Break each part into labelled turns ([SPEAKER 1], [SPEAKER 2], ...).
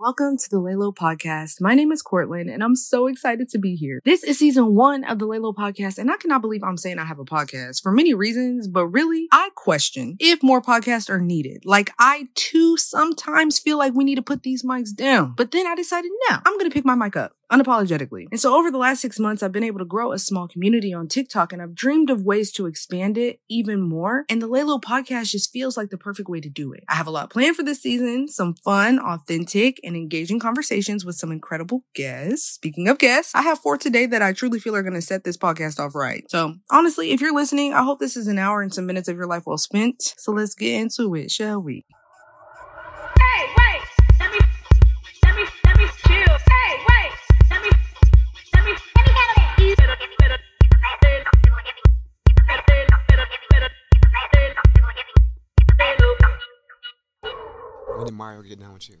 [SPEAKER 1] Welcome to the Laylo podcast. My name is Courtland and I'm so excited to be here. This is season one of the Laylo podcast and I cannot believe I'm saying I have a podcast for many reasons, but really I question if more podcasts are needed. Like I too sometimes feel like we need to put these mics down, but then I decided no, I'm going to pick my mic up unapologetically. And so over the last six months, I've been able to grow a small community on TikTok and I've dreamed of ways to expand it even more. And the Laylo podcast just feels like the perfect way to do it. I have a lot planned for this season, some fun, authentic, and engaging conversations with some incredible guests. Speaking of guests, I have four today that I truly feel are going to set this podcast off right. So honestly, if you're listening, I hope this is an hour and some minutes of your life well spent. So let's get into it, shall we?
[SPEAKER 2] Hey, wait, let me, let me, let me chill. Hey, wait, let me, let me, let me handle that. You better, you better, you better, you better, you better, you better, you better, you better, you better, you better.
[SPEAKER 3] When did Mario get down with you?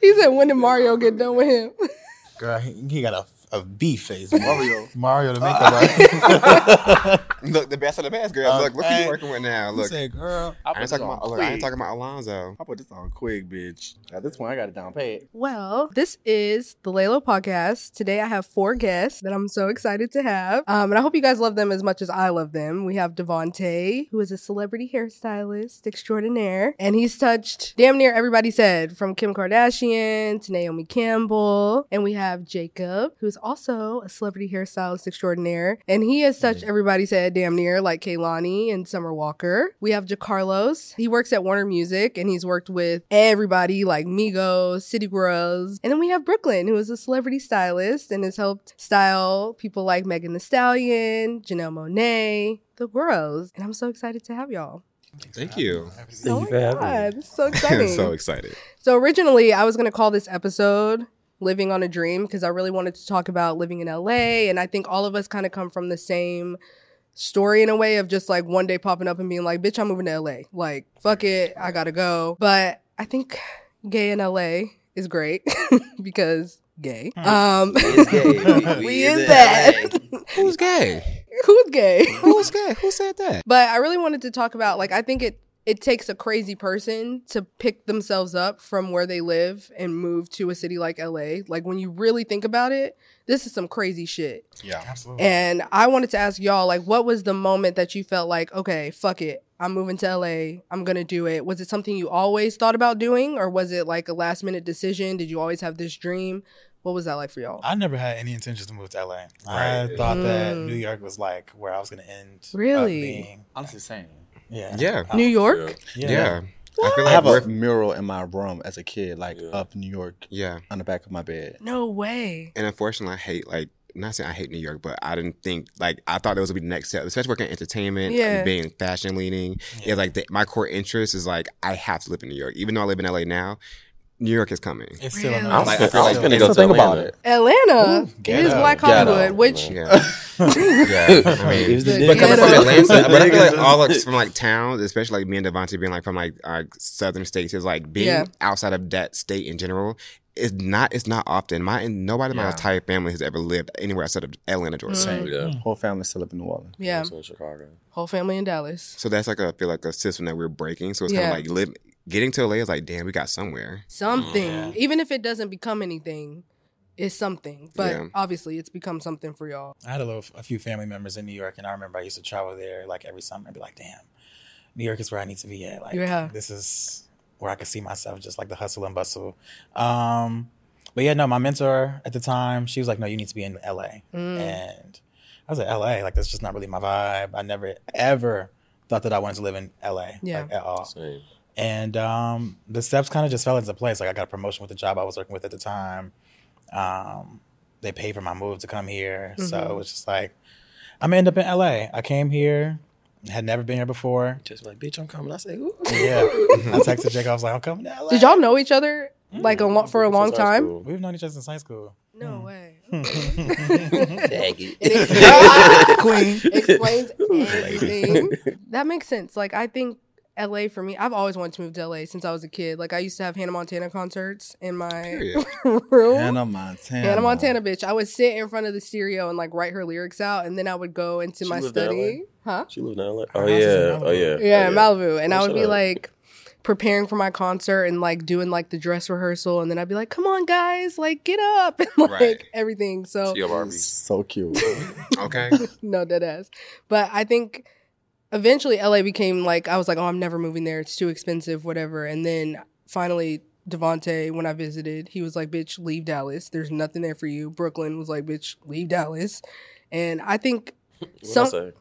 [SPEAKER 1] He said, when did Mario get done with him?
[SPEAKER 4] Girl, he, he got a, a B face. Mario. Mario to make
[SPEAKER 3] Look, the best of the best, girl. Look, look who you
[SPEAKER 4] Okay.
[SPEAKER 3] working with now. Look, I
[SPEAKER 4] Say, girl.
[SPEAKER 3] ain't talking about. Look, I ain't talking about Alonzo.
[SPEAKER 4] I put this on quick, bitch. Now, this one I got it down paid.
[SPEAKER 5] Well, this is the Laylo podcast. Today I have four guests that I'm so excited to have. Um, and I hope you guys love them as much as I love them. We have Devonte, who is a celebrity hairstylist extraordinaire, and he's touched damn near everybody said from Kim Kardashian to Naomi Campbell. And we have Jacob, who's also a celebrity hairstylist extraordinaire, and he has touched
[SPEAKER 3] Mm-hmm.
[SPEAKER 5] everybody said damn near like Kaylani and Summer Walker. We have Jacarlos. He works at Warner Music and he's worked with everybody like Migos, City Girls. And then we have Brooklyn, who is a celebrity stylist and has helped style people like Megan Thee Stallion, Janelle Monet, the girls. And I'm so excited to have y'all.
[SPEAKER 3] Thank you.
[SPEAKER 5] oh my God, this is so
[SPEAKER 3] I'm
[SPEAKER 5] exciting.
[SPEAKER 3] so excited.
[SPEAKER 5] So originally, I was going to call this episode Living on a Dream because I really wanted to talk about living in LA. And I think all of us kind of come from the same story in a way of just like one day popping up and being like, bitch, I'm moving to LA. Like, fuck it, I got to go. But I think gay in LA is great because gay. Um, we, is that.
[SPEAKER 3] Who's gay?
[SPEAKER 5] Who's gay?
[SPEAKER 3] Who's gay? Who said that?
[SPEAKER 5] But I really wanted to talk about like I think it it takes a crazy person to pick themselves up from where they live and move to a city like LA. Like when you really think about it, this is some crazy shit.
[SPEAKER 4] Yeah. Absolutely.
[SPEAKER 5] And I wanted to ask y'all like what was the moment that you felt like, okay, fuck it. I'm moving to LA. I'm going to do it. Was it something you always thought about doing or was it like a last minute decision? Did you always have this dream? What was that like for y'all?
[SPEAKER 6] I never had any intentions to move to LA.
[SPEAKER 3] Right.
[SPEAKER 6] I thought that
[SPEAKER 5] Mm.
[SPEAKER 6] New York was like where I was going to end. up
[SPEAKER 5] Really?
[SPEAKER 6] being.
[SPEAKER 4] Honestly, same.
[SPEAKER 6] Yeah.
[SPEAKER 3] Yeah,
[SPEAKER 5] New York?
[SPEAKER 3] yeah. I feel
[SPEAKER 4] I
[SPEAKER 3] like
[SPEAKER 4] have a
[SPEAKER 3] we're.
[SPEAKER 4] mural in my room as a kid, like up New York
[SPEAKER 3] Yeah,
[SPEAKER 4] on the back of my bed.
[SPEAKER 5] No way.
[SPEAKER 3] and unfortunately, I hate like. Not saying I hate New York, but I didn't think like I thought that was gonna be the next step, especially working in entertainment,
[SPEAKER 5] Yeah.
[SPEAKER 3] and being fashion leaning. Yeah,
[SPEAKER 6] Yeah.
[SPEAKER 3] like the, my core interest is like I have to live in New York, even though I live in LA now. New York is coming.
[SPEAKER 6] It's still
[SPEAKER 5] Really?
[SPEAKER 6] in
[SPEAKER 5] I was
[SPEAKER 6] Like,
[SPEAKER 3] gonna- I was
[SPEAKER 6] still-
[SPEAKER 3] gonna-
[SPEAKER 5] Atlanta.
[SPEAKER 6] get
[SPEAKER 5] it is
[SPEAKER 6] out.
[SPEAKER 5] Black
[SPEAKER 4] Get out.
[SPEAKER 5] Hollywood, which
[SPEAKER 3] Yeah, yeah. I mean, But coming from
[SPEAKER 5] Yeah.
[SPEAKER 3] Atlanta, but I feel like all like, from like towns, especially like me and Devontae being like from like uh, southern states, is like being
[SPEAKER 5] Yeah.
[SPEAKER 3] outside of that state in general. It's not. It's not often. My and nobody in my
[SPEAKER 7] Yeah.
[SPEAKER 3] entire family has ever lived anywhere outside of Atlanta, Georgia.
[SPEAKER 5] Mm.
[SPEAKER 7] Same. Yeah.
[SPEAKER 4] Whole family still up in New Orleans.
[SPEAKER 5] yeah,
[SPEAKER 7] Also in Chicago.
[SPEAKER 5] whole family in Dallas.
[SPEAKER 3] So that's like a I feel like a system that we're breaking. So it's
[SPEAKER 5] Yeah.
[SPEAKER 3] kind of like live, getting to LA is like damn, we got somewhere.
[SPEAKER 5] something
[SPEAKER 6] Yeah.
[SPEAKER 5] even if it doesn't become anything it's something but
[SPEAKER 3] Yeah.
[SPEAKER 5] obviously it's become something for y'all
[SPEAKER 6] I had a little, a few family members in New York, and I remember I used to travel there like every summer and be like, damn, New York is where I need to be at. Like,
[SPEAKER 5] Yeah.
[SPEAKER 6] this is where I could see myself, just like the hustle and bustle. Um, but yeah, no, my mentor at the time, she was like, no, you need to be in LA.
[SPEAKER 5] Mm.
[SPEAKER 6] and I was like, LA, like that's just not really my vibe. I never ever thought that I wanted to live in LA,
[SPEAKER 5] Yeah.
[SPEAKER 6] like, at all.
[SPEAKER 7] Same.
[SPEAKER 6] And um, the steps kind of just fell into place. Like I got a promotion with the job I was working with at the time. Um, they paid for my move to come here, so
[SPEAKER 5] Mhm.
[SPEAKER 6] it was just like I'm gonna end up in LA. I came here, had never been here before.
[SPEAKER 7] Just like, bitch, I'm coming. I say, ooh.
[SPEAKER 6] Yeah, I texted Jake. I was like, I'm coming to LA.
[SPEAKER 5] did y'all know each other
[SPEAKER 6] Mm.
[SPEAKER 5] like a lo- for a long
[SPEAKER 7] Since high
[SPEAKER 5] time
[SPEAKER 7] school.
[SPEAKER 6] We've known each other since high school.
[SPEAKER 5] no
[SPEAKER 6] Mm.
[SPEAKER 5] way
[SPEAKER 7] Faggot.
[SPEAKER 5] It explains-
[SPEAKER 6] Queen.
[SPEAKER 5] explains everything that makes sense like i think la for me i've always wanted to move to la since i was a kid like i used to have hannah montana concerts in my
[SPEAKER 3] Period.
[SPEAKER 5] room
[SPEAKER 4] Hannah Montana.
[SPEAKER 5] Hannah Montana, bitch. I would sit in front of the stereo and like write her lyrics out, and then I would go into
[SPEAKER 7] She
[SPEAKER 5] my
[SPEAKER 7] lived in LA?
[SPEAKER 5] study. Huh?
[SPEAKER 7] She lived in LA.
[SPEAKER 6] Her
[SPEAKER 7] Oh
[SPEAKER 6] house is in Malibu.
[SPEAKER 7] yeah. Oh yeah.
[SPEAKER 5] Yeah,
[SPEAKER 7] oh,
[SPEAKER 5] Malibu. And
[SPEAKER 7] Oh,
[SPEAKER 5] I would
[SPEAKER 7] shut
[SPEAKER 5] be
[SPEAKER 7] up.
[SPEAKER 5] like, preparing for my concert and like doing like the dress rehearsal, and then I'd be like, "Come on, guys, like get up!" and like
[SPEAKER 3] Right.
[SPEAKER 5] everything. So
[SPEAKER 7] T of Arby's.
[SPEAKER 4] So cute.
[SPEAKER 3] Okay.
[SPEAKER 5] no dead ass. But I think eventually LA became like I was like, oh, I'm never moving there. It's too expensive, whatever. And then finally Devonte, when I visited, he was like, bitch, leave Dallas. There's nothing there for you. Brooklyn was like, bitch, leave Dallas. And I think
[SPEAKER 7] What I
[SPEAKER 5] some
[SPEAKER 7] say?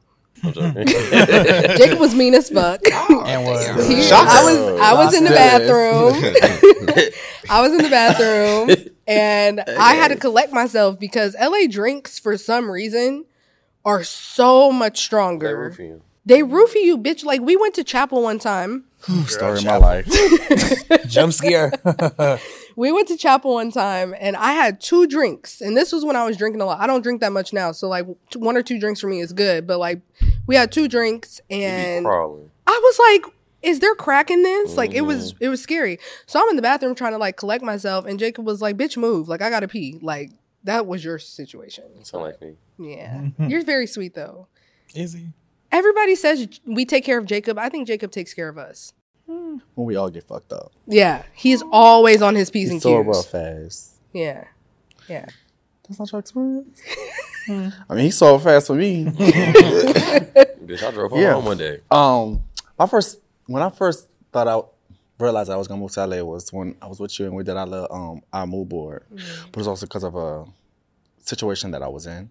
[SPEAKER 7] I'm joking.
[SPEAKER 5] Jacob was mean as fuck.
[SPEAKER 6] And was
[SPEAKER 5] He-
[SPEAKER 4] Shocker.
[SPEAKER 5] I was I was in the bathroom.
[SPEAKER 3] Damn.
[SPEAKER 5] I was in the bathroom and I had to collect myself because LA drinks for some reason are so much
[SPEAKER 7] They
[SPEAKER 5] stronger.
[SPEAKER 7] root for you.
[SPEAKER 5] They roofie you, bitch. Like we went to chapel one time.
[SPEAKER 4] Story of my life.
[SPEAKER 6] jump scare.
[SPEAKER 5] We went to chapel one time, and I had two drinks. And this was when I was drinking a lot. I don't drink that much now, so like t- one or two drinks for me is good. But like, we had two drinks,
[SPEAKER 7] You be
[SPEAKER 5] and I
[SPEAKER 7] crawling.
[SPEAKER 5] was like, "Is there crack in this?" Like it was,
[SPEAKER 4] Mm.
[SPEAKER 5] it was scary. So I'm in the bathroom trying to like collect myself, and Jacob was like, "Bitch, move! Like I gotta pee." Like that was your situation.
[SPEAKER 7] Sound like me.
[SPEAKER 5] Yeah,
[SPEAKER 4] Mm-hmm.
[SPEAKER 5] you're very sweet though.
[SPEAKER 6] Easy.
[SPEAKER 5] Everybody says we take care of Jacob. I think Jacob takes care of us.
[SPEAKER 4] When we all get fucked up.
[SPEAKER 5] Yeah, he's always on his p's and
[SPEAKER 4] He's
[SPEAKER 5] q's.
[SPEAKER 4] so rough ass.
[SPEAKER 5] Yeah. Yeah.
[SPEAKER 4] That's not your experience.
[SPEAKER 5] Hmm.
[SPEAKER 4] I mean, he's so fast for me.
[SPEAKER 7] Bitch, I drove her
[SPEAKER 4] Yeah.
[SPEAKER 7] home one day.
[SPEAKER 4] um, my first when I first thought I realized I was gonna move to LA was when I was with you and we did our little um our move board, but it's also because of a situation that I was in.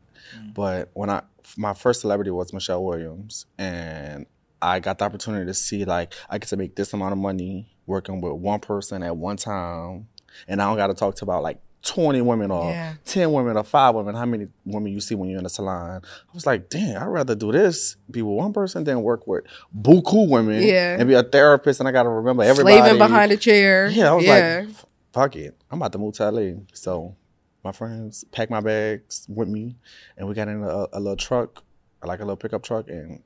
[SPEAKER 4] But when I my first celebrity was Michelle Williams, and I got the opportunity to see like I get to make this amount of money working with one person at one time, and I don't got to talk to about like. 20 women or
[SPEAKER 5] Yeah.
[SPEAKER 4] 10 women or 5 women how many women you see when you're in a salon i was like dang i'd rather do this be with one person than work with buku women
[SPEAKER 5] Yeah.
[SPEAKER 4] and be a therapist and i gotta remember everybody
[SPEAKER 5] Slaving behind a chair.
[SPEAKER 4] yeah, I was
[SPEAKER 5] yeah.
[SPEAKER 4] like, "F- fuck it. I'm about to move to LA. So my friends packed my bags with me and we got in a, a little truck, like a little pickup truck, and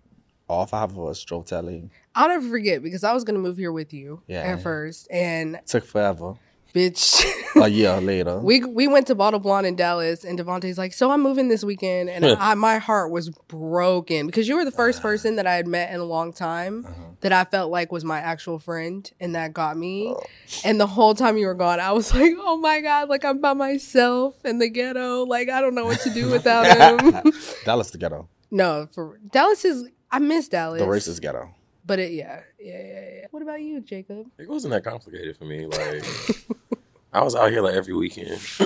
[SPEAKER 4] all five of us drove to LA.
[SPEAKER 5] I'll never forget because I was gonna move here with you
[SPEAKER 4] Yeah.
[SPEAKER 5] at first, and
[SPEAKER 4] Took forever.
[SPEAKER 5] bitch,
[SPEAKER 4] a year later.
[SPEAKER 5] we we went to Bottle Blonde in Dallas, and Devontae's like, "So I'm moving this weekend," and I, my heart was broken because you were the first person that I had met in a long time that I felt like was my actual friend, and that got me. And the whole time you were gone, I was like, "Oh my god!" Like I'm by myself in the ghetto. Like I don't know what to do without him.
[SPEAKER 4] Dallas the ghetto.
[SPEAKER 5] no, for Dallas is. I miss Dallas.
[SPEAKER 4] The racist ghetto.
[SPEAKER 5] But it, yeah, yeah, yeah, yeah. What about you, Jacob?
[SPEAKER 7] It wasn't that complicated for me. Like I was out here like every weekend